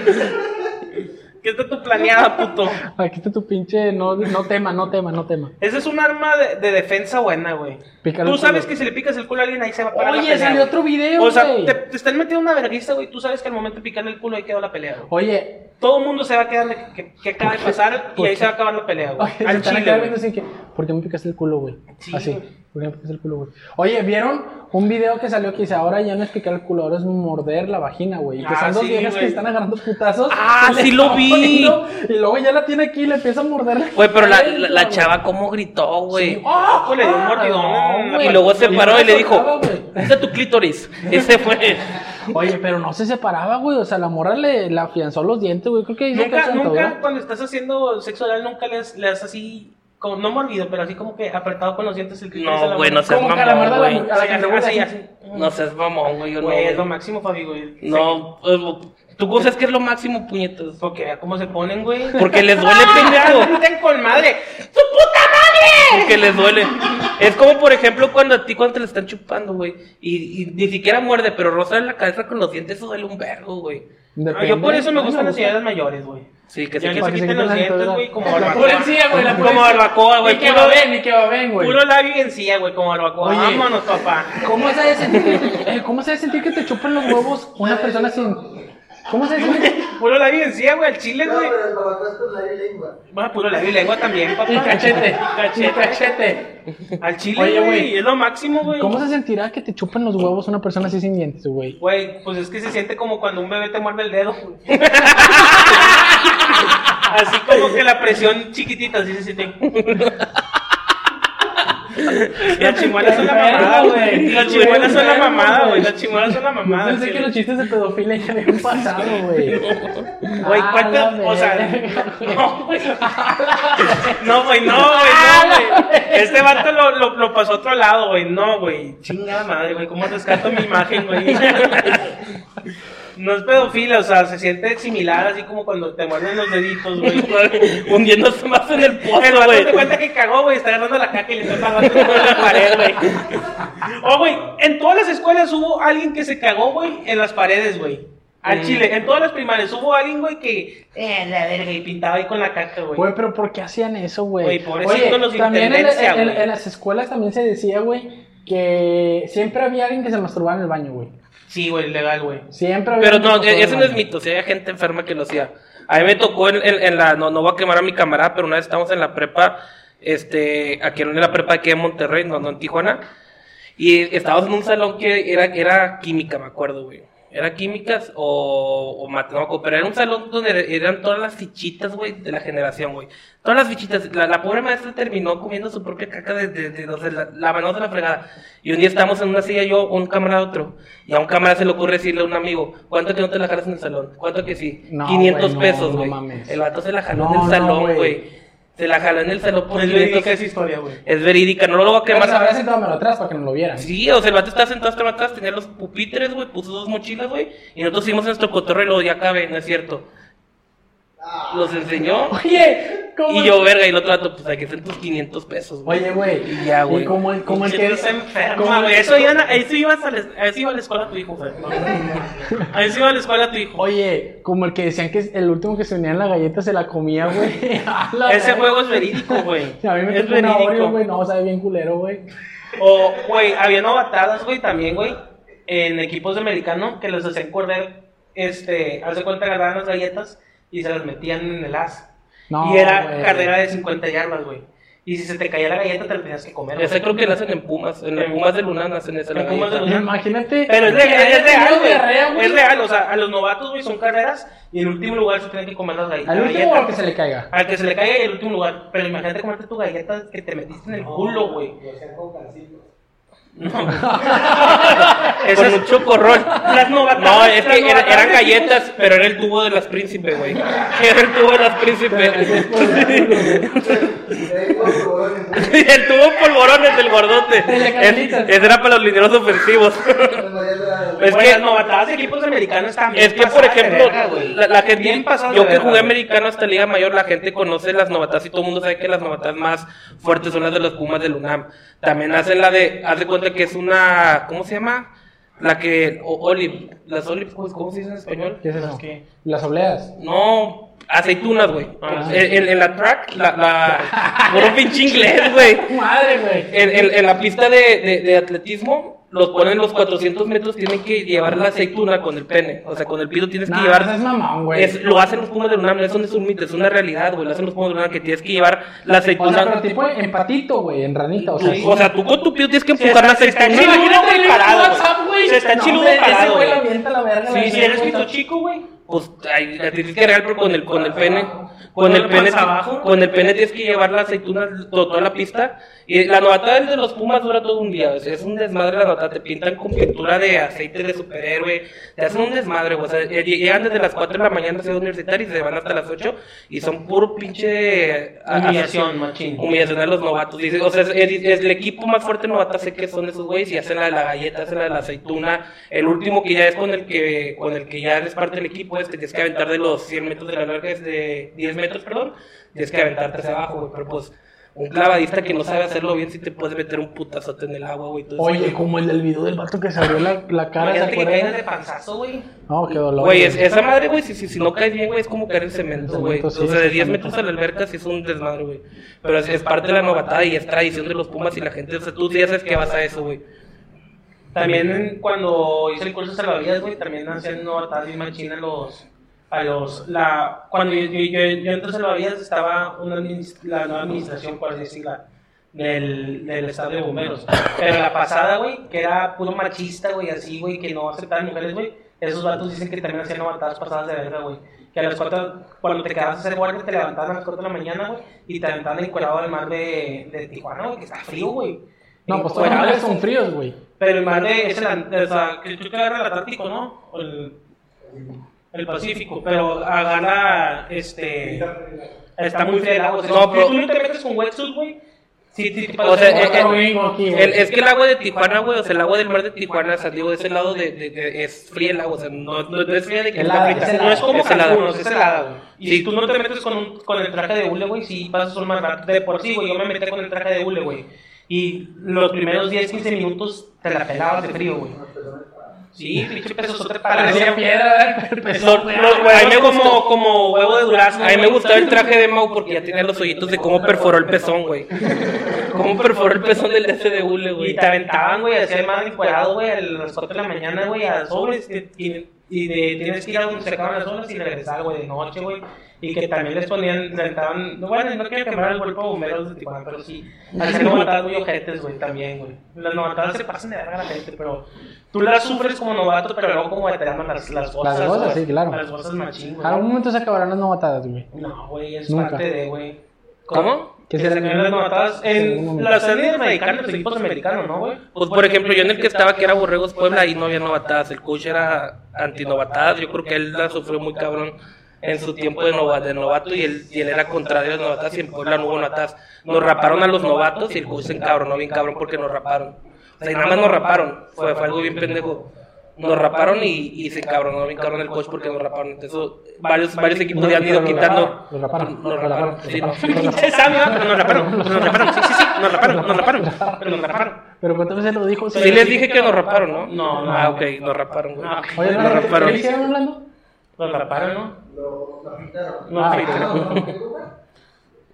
¿Qué está tu planeada, puto? Aquí está tu pinche. No, no tema, no tema, no tema. Ese es un arma de, de defensa buena, güey. Pícale Tú el sabes culo. que si le picas el culo a alguien ahí se va a parar la Oye, pelea, salió güey. otro video, O sea, güey. te, te están metiendo una vergüenza, güey. Tú sabes que al momento de picarle el culo ahí quedó la pelea, güey. Oye, Todo el mundo se va a quedar de que, que acaba de pasar y ¿Por ahí qué? se va a acabar la pelea, güey. Oye, se Al están chile, acá güey. viendo así que, ¿por qué me picaste el culo, güey? Sí, Así, güey. ¿por qué me picaste el culo, güey? Oye, ¿vieron un video que salió que dice, ahora ya no es picar el culo, ahora es morder la vagina, güey? Y que Ah, son dos sí, viejas güey. que están agarrando putazos. Ah, y <laughs> le sí lo están vi. poniendo, Y luego ya la tiene aquí y le empieza a morder. la- Güey, pero la, Ay, la- la güey. chava cómo gritó, güey. ¡Ah! Pues le dio un ¡Ah! mordidón en la güey. y luego se no paró y le dijo, soltaba, güey. ese es tu clítoris. Ese fue. Oye, pero no se separaba, güey. O sea, la morra le, le afianzó los dientes, güey. Creo que dice que Nunca, se nunca ató, cuando estás haciendo sexo oral, nunca le das, le das así, como, no mordido, pero así como que apretado con los dientes el clítoris a la No, güey, mano. no seas Como que a la mamón, mierda la güey. mujer- a la Sí, que le así, gusta. así. No seas mamón, güey. Yo no, Güey, es lo güey. máximo, Fabi, güey. No, eh, tú cosas que es lo máximo, puñetas. Porque vea cómo se ponen, <laughs> güey. <laughs> Porque les duele, pendejo. Están con madre. Porque les duele. Es como, por ejemplo, cuando a ti cuando te le están chupando, güey. Y, y ni siquiera muerde, pero rozar la cabeza con los dientes, eso duele un vergo, güey. Depende. Yo por eso me Ay, gustan las ciudades mayores, güey. Sí, que Ya se que quita- se que se quiten quiten los la dientes, gente, güey, como ¿verdad? barbacoa. Policía, güey, la Como policía. barbacoa, güey. Ni que puro- va ven, ni que va ven, güey. Puro labio y encía, güey, como barbacoa. Oye. Vámonos, papá. ¿Cómo se debe sentir que, eh, ¿cómo se debe sentir que te chupan los huevos una persona sin... ¿Cómo se debe sentir? <laughs> Puro labio y encía, güey, al chile, No, güey. pero el barbacoa es con labio y lengua. <laughs> Bueno, puro labio y lengua también, papá. Y cachete, y cachete. Al chile, Oye, güey, güey. es lo máximo, güey. ¿Cómo se sentirá que te chupen los huevos una persona así sin dientes, güey? Güey, pues es que se siente como cuando un bebé te muerde <laughs> el dedo. güey. así como que la presión chiquitita, así se <laughs> siente. Las chimuelas son la mamada, güey. Las chimuelas son la mamada, güey. Las chimuelas son la Yo mamada. pensé sí. que los chistes de pedofilia ya habían pasado, güey. Güey, Ah, ¿cuántas? la O sea, verga, güey. <laughs> no, güey. No, güey, no, güey, Ah, no, güey. Este vato lo, lo, lo pasó a otro lado, güey. No, güey. Chingada madre, güey. ¿Cómo rescato mi imagen, güey? No es pedofilia, o sea, se siente similar así como cuando te muerden los deditos, güey. hundiéndose más en el El pozo, vato güey. <laughs> te cuenta que cagó, güey, está agarrando la caca y le está pagando en la pared, güey. Oh, güey, en todas las escuelas hubo alguien que se cagó, güey, en las paredes, güey. Mm. Al Chile, en todas las primarias hubo alguien, güey, que eh, la verga y pintaba ahí con la caca, güey. Güey, pero ¿por qué hacían eso, Güey, güey? pobrecito los de también en, intendencia, en- güey. en las escuelas también se decía, güey, que siempre había alguien que se masturbaba en el baño, güey. Sí, güey, legal, güey. Siempre había Pero alguien no, e-, que se masturbaba ese no en es el mito, si hay gente enferma que lo hacía. A mí me tocó en, en- en la, no, no voy a quemar a mi camarada, pero una vez estábamos en la prepa, este, aquí en la prepa aquí en Monterrey, no, no en Tijuana, y estábamos en un salón que era, era química, me acuerdo, güey. Era químicas o, o mat- no me acuerdo, pero era un salón donde er- eran todas las fichitas, güey, de la generación, güey. Todas las fichitas. La, la pobre maestra terminó comiendo su propia caca desde de, de- o sea, la, la mano de la fregada. Y un día estamos en una silla yo, un camarada otro. Y a un camarada se le ocurre decirle a un amigo, ¿cuánto que no te la jalas en el salón? ¿Cuánto que sí? No, 500 güey, no, pesos, no güey. mames. el vato se la jaló No, en el no, salón, güey. güey. se la jaló en el salón por Pues yo digo 500 que es historia, güey. Es verídica, no lo voy a Pero quemar. se habrá sentado mano atrás para que no lo vieran. Sí, o sea, el vato estaba sentado hasta atrás, tenía los pupitres, güey, puso dos mochilas, güey, y nosotros hicimos nuestro cotorreo y luego ya acabé, no es cierto. Los enseñó <laughs> Oye, ¿cómo? y yo, verga, y el otro vato, pues aquí están tus 500 pesos, güey. Oye, güey. Y ya, güey. Y como el, como el que. Se como enferma, el- güey. Eso iba, a- eso, iba a, la- eso iba a la escuela a tu <laughs> hijo, güey. A eso iba a la escuela a tu hijo. Oye, como el que decían que el último que se unía en la galleta se la comía, güey. <laughs> A la Ese verga. juego es verídico, güey. A mí me Es tocó una verídico. Oreo, güey. No, sabe bien culero, güey. O, güey, había novatadas, güey, también, güey, en equipos de americano que los hacían correr, este, hace cuenta agarraban las galletas y se las metían en el as. No, y era güey. carrera de 50 yardas, güey. Y si se te caía la galleta, te la tenías que comer. güey. Ese creo que lo hacen en Pumas, en las Pumas de Lunana hacen esa la En Pumas de galleta. Lunana. Pues Imagínate. Pero es real, es real, Tenía güey. diarrea, güey. Es real, o sea, a los novatos, güey, son carreras y en último lugar se tienen que comer las galletas. Al último galletas. o que se le <laughs> caiga. Al que se le caiga y el último lugar. Pero imagínate comerte tu galleta que te metiste en el culo, güey. No. Ese Con es- un chocorrol. Las novatadas. No, es las que era- novatadas eran de galletas, pero era el tubo de las príncipes, güey. Era el tubo de las príncipes. Ahí con su bolón en medio, <laughs> el tubo polvorones del gordote. De la Es- carnita. Ese era para los lideros ofensivos. <laughs> con Pues, María de la- Es Güey, que- las novatadas de equipos americanos también. Es que, por ejemplo, la, la gente, yo que jugué americano hasta Liga Mayor, la gente conoce las novatas y todo el mundo sabe que las novatas más fuertes son las de los Pumas del UNAM. También hacen la de, haz de cuenta que es una, ¿cómo se llama? La que. o- olive. Las olive, pues, ¿cómo se dice en español? ¿Qué es eso? ¿Qué? Las obleas. No, aceitunas, güey. Ah. en, en- en la track, la. la por un pinche inglés, güey. Madre, güey. En, en- en la pista de, de- de atletismo, los ponen los 400 metros, tienen que llevar la aceituna con el pene. O sea, con el pito tienes que Nah, llevar. no seas mamón, güey. Es- lo hacen los Pumas de UNAM, eso no es un mito, es una realidad, güey. Lo hacen los Pumas de UNAM que tienes que llevar la O aceituna. sea, pero tipo en patito, güey, en ranita, o sea. Tú- o sea, tú con tu pito tienes que empujar la Se está aceituna. chiludo, Imagínate, güey, güey, parado, WhatsApp. güey. Se está No, chiludo hombre, Ese parado, güey güey. la mienta la verga. la Sí, si mienta. eres pito chico, güey. Pues ay, la tienes que regar, pero con el, con el pene. Con el pene, panza abajo. con el pene tienes que llevar la aceituna to- toda la pista. Y la novatada de los Pumas dura todo un día. o sea, Es un desmadre la novatada. Te pintan con pintura de aceite de superhéroe. Te hacen un desmadre, güey. O sea, eh, llegan desde las 4 de la mañana a Ciudad Universitaria y se van hasta las 8. Y son puro pinche. a- a- Humillación, machín. Humillación a los novatos. Dice, o sea, es, es- es el equipo más fuerte novata sé que son esos güeyes y hacen la de la galleta, hacen la de la aceituna. El último que ya es con el que con el que ya eres parte del equipo es que tienes que aventar de los 100 metros de la larga, es de 10 metros, perdón, tienes que aventarte hacia abajo, güey. Pero pues, un clavadista que no sabe hacerlo bien, si te puedes meter un putazote en el agua, güey. Entonces, Oye, como el del video del vato que se abrió la, la cara, ¿se imagínate que caigas acuerdan? de panzazo, güey. No, qué dolor. Güey, es- esa madre, güey, si, si, si no caes bien, güey, es como caer en cemento, Cemento, güey. O sí, sea, de 10 exactamente. metros a la alberca sí es un desmadre, güey. Pero es, es parte de la novatada y es tradición de los Pumas y la gente, o sea, tú ya sabes que vas a eso, güey. También cuando hice el curso de salvavidas, güey, también hacían novatadas bien machinas los... A los... La, cuando yo, yo, yo- yo entré a salvavidas estaba una administ- la nueva administración, por así decirlo, del, del estado de bomberos. Pero la pasada, güey, que era puro machista, güey, así, güey, que no aceptaban mujeres, güey, esos vatos dicen que también hacían novatadas pasadas de verga, güey. Que a las cuatro, cuando te quedabas a hacer guardia, te levantaban a las cuatro de la mañana, güey, y te aventaban encuerado al mar de, de Tijuana, güey, que está frío, güey. No, pues todos los Encuerado, hombres son fríos, güey. pero el mar de es el, an- o sea, que tú que agarra el Atlántico, ¿no? O el, el Pacífico, pero agarra, este, está muy frío el agua. O sea, No, si pero- tú no te metes con wetsuit, güey, sí, sí, te O sea, pasa- eh, eh, Otro gringo aquí, güey. El- es que el agua de Tijuana, güey, o sea, el agua del mar de Tijuana, o sea, digo, de ese lado de, de- de- es fría el agua, o sea, no, no- no es fría de que Helada, está frita. es no es como helada. Cancún, o sea, es helada, güey. Y Sí. si tú no te metes con, un- con el traje de hule, güey, sí pasas un mal rato. De por sí, güey, yo me metí con el traje de hule, güey. Y los primeros 10, 15 minutos te la pelabas de frío, güey. Sí, pinche pesosote para Parecía piedra, ¿verdad? No, no, güey, a mí me gustó- como huevo de durazno. A mí me güey. gustaba el traje de Mau porque ya tenía los hoyitos de cómo perforó el pezón, <laughs> güey. Cómo perforó el pezón del S de hule, güey. Y te aventaban, güey, hacía el mal encuadrado, güey, a las 4 de la mañana, güey, a las obras. te- Y, y de, tienes que ir a donde se acaban las obras y regresar, güey, de noche, güey. Y que también les ponían, les aventaban- no, bueno, no quiero quemar el cuerpo de bomberos de Tijuana, pero sí. Hacían novatadas muy ojetes, güey, también, güey. Las novatadas se pasan de verga a la gente, pero tú las sufres como novato, pero luego como veterano las, las gozas. Las gozas, güey. sí, claro. Las gozas machín, güey. Algún momento se acabarán las novatadas, güey. No, güey, es Nunca. parte de, güey. ¿Cómo? Que Que se se le- las novatas en algún en momento. las series americanas, los equipos americanos, ¿no, güey? Pues por ejemplo, yo en el que estaba, que era Borregos Puebla, ahí no había novatadas. El coach era antinovatadas. Yo creo que él la sufrió muy cabrón en su tiempo de, nova- de novato y él, y él era contrario a las novatadas y en Puebla no hubo novatadas. Nos raparon a los novatos y el coach se encabronó bien cabrón porque nos raparon. O sea, y nada más nos raparon. Fue, fue algo bien pendejo. Nos raparon y, y se encabronó bien cabrón el coach porque nos raparon. Entonces, varios, varios equipos ya han ido quitando. Los raparon. Nos raparon. Sí, no. <laughs> Pinche Sammy, ¿verdad? Pero nos raparon, nos raparon, sí, sí, sí, nos raparon, nos raparon, pero nos raparon. Pero cuántas veces lo dijo. Sí les dije que nos raparon, ¿no? No, no. Ah, ok, nos raparon, güey. No, ok. Oye, nos ¿no? ¿qué raparon. le hicieron hablando? Nos raparon, ¿no? Lo, lo pintaron. Ah, No,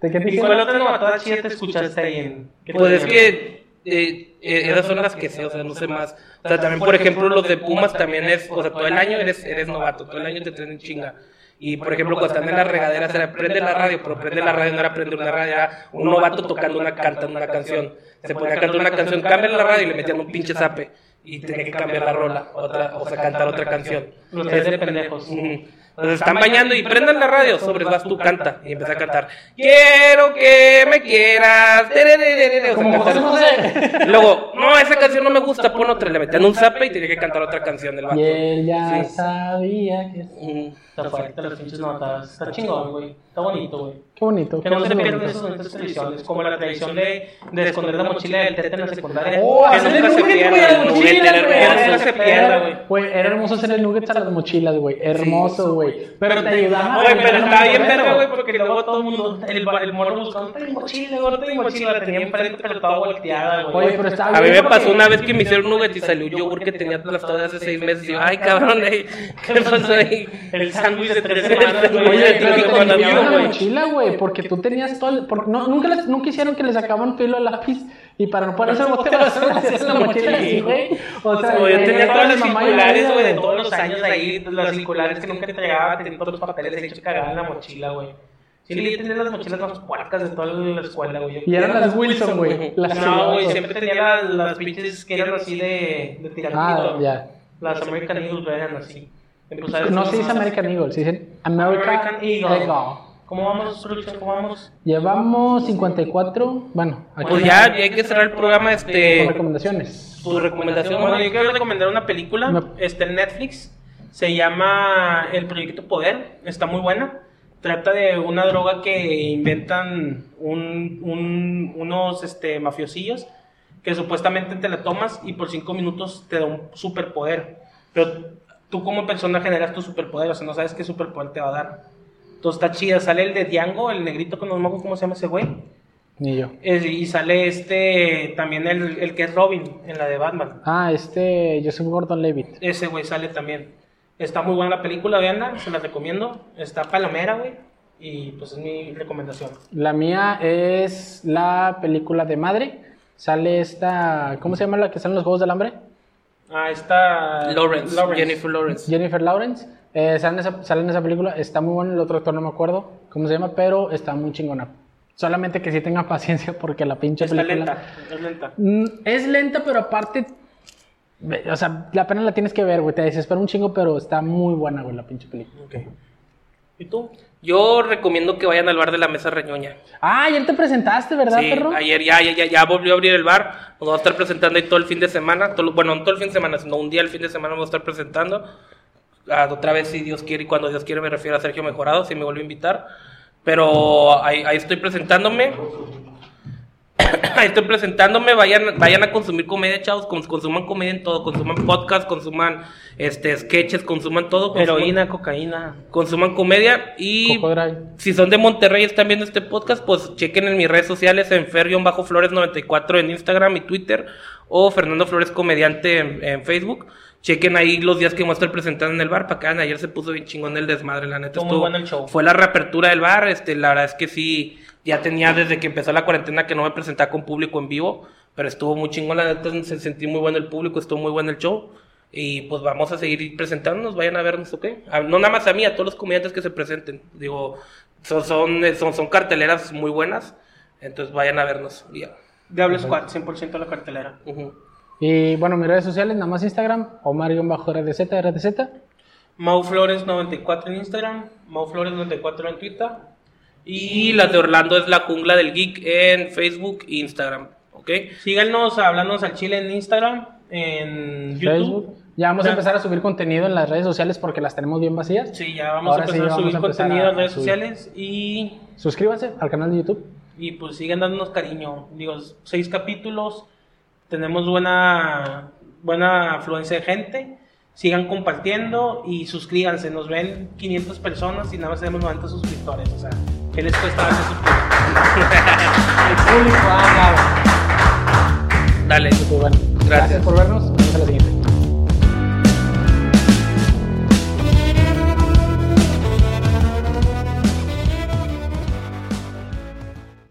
¿De qué te ¿Y cuál dijeron? otra novatada chida te escuchaste ahí en...? que te Pues es dijeron? que eh, eh, esas son las que sé, o sea, no sé más. O sea, también, por ejemplo, los de Pumas también es, o sea, todo el año eres, eres novato, todo el año te tienen chinga. Y, por ejemplo, cuando están en la regadera, se prende la radio, pero prende la radio no era prender una radio, era un novato tocando una carta, una canción. Se ponía a cantar una canción, cambian la radio y le metían un pinche zape. Y tenía que cambiar la rola, otra, o sea, cantar otra canción. Los tres de pendejos. Ujú. Entonces están bañando y prendan la radio, sobre vas tú, canta. Y empieza a cantar. Quiero que me quieras. tererererere, o sea, Como José cantar. <laughs> José. Y Luego, no, esa canción no me gusta, pon otra. Le metían un zape y tenía que cantar otra canción del vato. Mm. Y él ya Sí. sabía que... Ujú. Está fuerte las pinches novatadas. Está chingón, güey. Está bonito, güey. Qué bonito. Que qué no se Pues bonito. pierdan esas bonitas tradiciones, como la tradición de, de esconder la mochila del tete en la secundaria. Oh, que hacer nunca el se nugget, pierda, güey, el la nugget, mochila, el güey. hermoso, nunca se pierda, güey. Güey, era hermoso hacer el nuggets a las mochilas, güey. Hermoso, güey. güey. Pero, te ayudaba. Oye, güey, pero no estaba me bien acuerdo. verga, güey, porque luego todo el mundo, el, ba- el morro buscando, tengo mochila, güey, tengo mochila, la tenía enfrente, pero estaba volteada, güey. Oye, pero estaba A mí me bien porque- pasó una vez que me hicieron nugget y salió un yogur que tenía aplastado de hace seis meses. Y yo, ay, cabrón, ey, ¿qué pasó ahí? El sándwich de tres semanas, güey. Oye, Oye, pero pero que te con las limpiaban mías, la güey. mochila, güey, porque tú tenías todo el... Porque no, nunca, les- nunca hicieron que le sacaban filo al lápiz y para no ponerse el bote de <laughs> basura le hacían la mochila así, güey. O sea, Güey, yo güey, tenía mi todas las mamá y mi circulares, abuela, güey, de todos los años ahí, las circulares que nunca entregaba, tenía todos los papeles hechos cagados en la mochila, güey. Sí, yo tenía las mochilas más puercas de toda la escuela, güey. Y eran las Wilson, güey. las No, güey, Wilson. siempre tenía las, las pinches que eran así de, de tirantito. Ah, ya. Las American Eagles güey, eran así. Empezaron- No se dice American Eagle, se dicen American, American Eagle. Eagle. ¿Cómo vamos, Solution? ¿Cómo vamos? Llevamos 54, bueno, aquí Pues ya, ya hay que cerrar el programa, las este... recomendaciones. Tu recomendación, Bueno, Moni. yo quiero recomendar una película. No. Está en Netflix. Se llama El Proyecto Poder. Está muy buena. Trata de una droga que inventan un- un- unos este, mafiosillos que supuestamente te la tomas y por cinco minutos te da un superpoder. Pero tú como persona generas tu superpoder, o sea, no sabes qué superpoder te va a dar. Entonces está chida. Sale el de Django, el negrito que no me acuerdo cómo se llama ese güey. Ni yo. Es- y sale este, también el, el que es Robin en la de Batman. Ah, este, Joseph Gordon-Levitt. Ese güey sale también. Está muy buena la película, veanla, se la recomiendo. Está palomera, güey. Y pues es mi recomendación. La mía es la película de madre. Sale esta, ¿cómo se llama la que sale en los Juegos del Hambre? Ah, está. Lawrence, Jennifer Lawrence. Jennifer Lawrence. Eh, sale, en esa, sale en esa película, está muy bueno, el otro actor no me acuerdo cómo se llama, pero está muy chingona. Solamente que sí tengan <laughs> paciencia porque la pinche Está película... lenta, es lenta. Mm, Es lenta, pero aparte. ve- O sea, la pena la tienes que ver, güey. Te desespera un chingo, pero está muy buena, güey, la pinche película. ¿Y tú? Yo recomiendo que vayan al bar de la mesa reñoña. Ah, ayer te presentaste, ¿verdad, Sí, perro? ayer ya, ya, ya, ya volvió a abrir el bar. Nos vamos a estar presentando ahí todo el fin de semana. todo- bueno, no todo el fin de semana, sino un día el fin de semana vamos a estar presentando. Ah, otra vez, si Dios quiere, y cuando Dios quiere me refiero a Sergio Mejorado, si me vuelve a invitar. Pero ahí, ahí estoy presentándome. <coughs> ahí estoy presentándome. Vayan, vayan a consumir comedia, chavos. cons- consuman comedia en todo. Consuman podcast, consuman este, sketches, consuman todo. consuman- Heroína, cocaína. Consuman comedia y Coco Drive. si son de Monterrey y están viendo este podcast, pues chequen en mis redes sociales en bajo flores 94 en Instagram y Twitter o Fernando Flores Comediante en, en Facebook. Chequen ahí los días que voy a estar presentando en el bar. Para que ayer se puso bien chingón el desmadre, la neta. Estuvo muy bueno el show. Fue la reapertura del bar. Este, la verdad es que sí, ya tenía desde que empezó la cuarentena que no me presentaba con público en vivo, pero estuvo muy chingón. La neta se sentí muy bueno el público, estuvo muy bueno el show. Y pues vamos a seguir presentándonos, vayan a vernos, ¿ok? A- no nada más a mí, a todos los comediantes que se presenten. Digo, son, son, eh, son, son carteleras muy buenas, entonces vayan a vernos. y ya. De habla Squad, 100% la cartelera. Ujú. Y bueno, mis redes sociales, nada más Instagram, Omar-RDZ, RDZ. Mau Flores 94 en Instagram, Mau Flores 94 en Twitter. Y las de Orlando es la jungla del geek en Facebook e Instagram, ¿ok? Síganos, háblanos al chile en Instagram, en YouTube. Facebook. Ya vamos a Ya. empezar a subir contenido en las redes sociales porque las tenemos bien vacías. Sí, ya vamos Ahora a sí, empezar a vamos subir a empezar contenido a- en redes a subir. sociales y Suscríbanse al canal de YouTube. Y pues siguen dándonos cariño. Digo, seis capítulos. Tenemos buena, buena afluencia de gente. Sigan compartiendo y suscríbanse. Nos ven 500 personas y nada más tenemos 90 suscriptores. O sea, ¿qué les cuesta darse suscriptores? El público ah, habla. Dale, Y bueno, Gracias. gracias por vernos.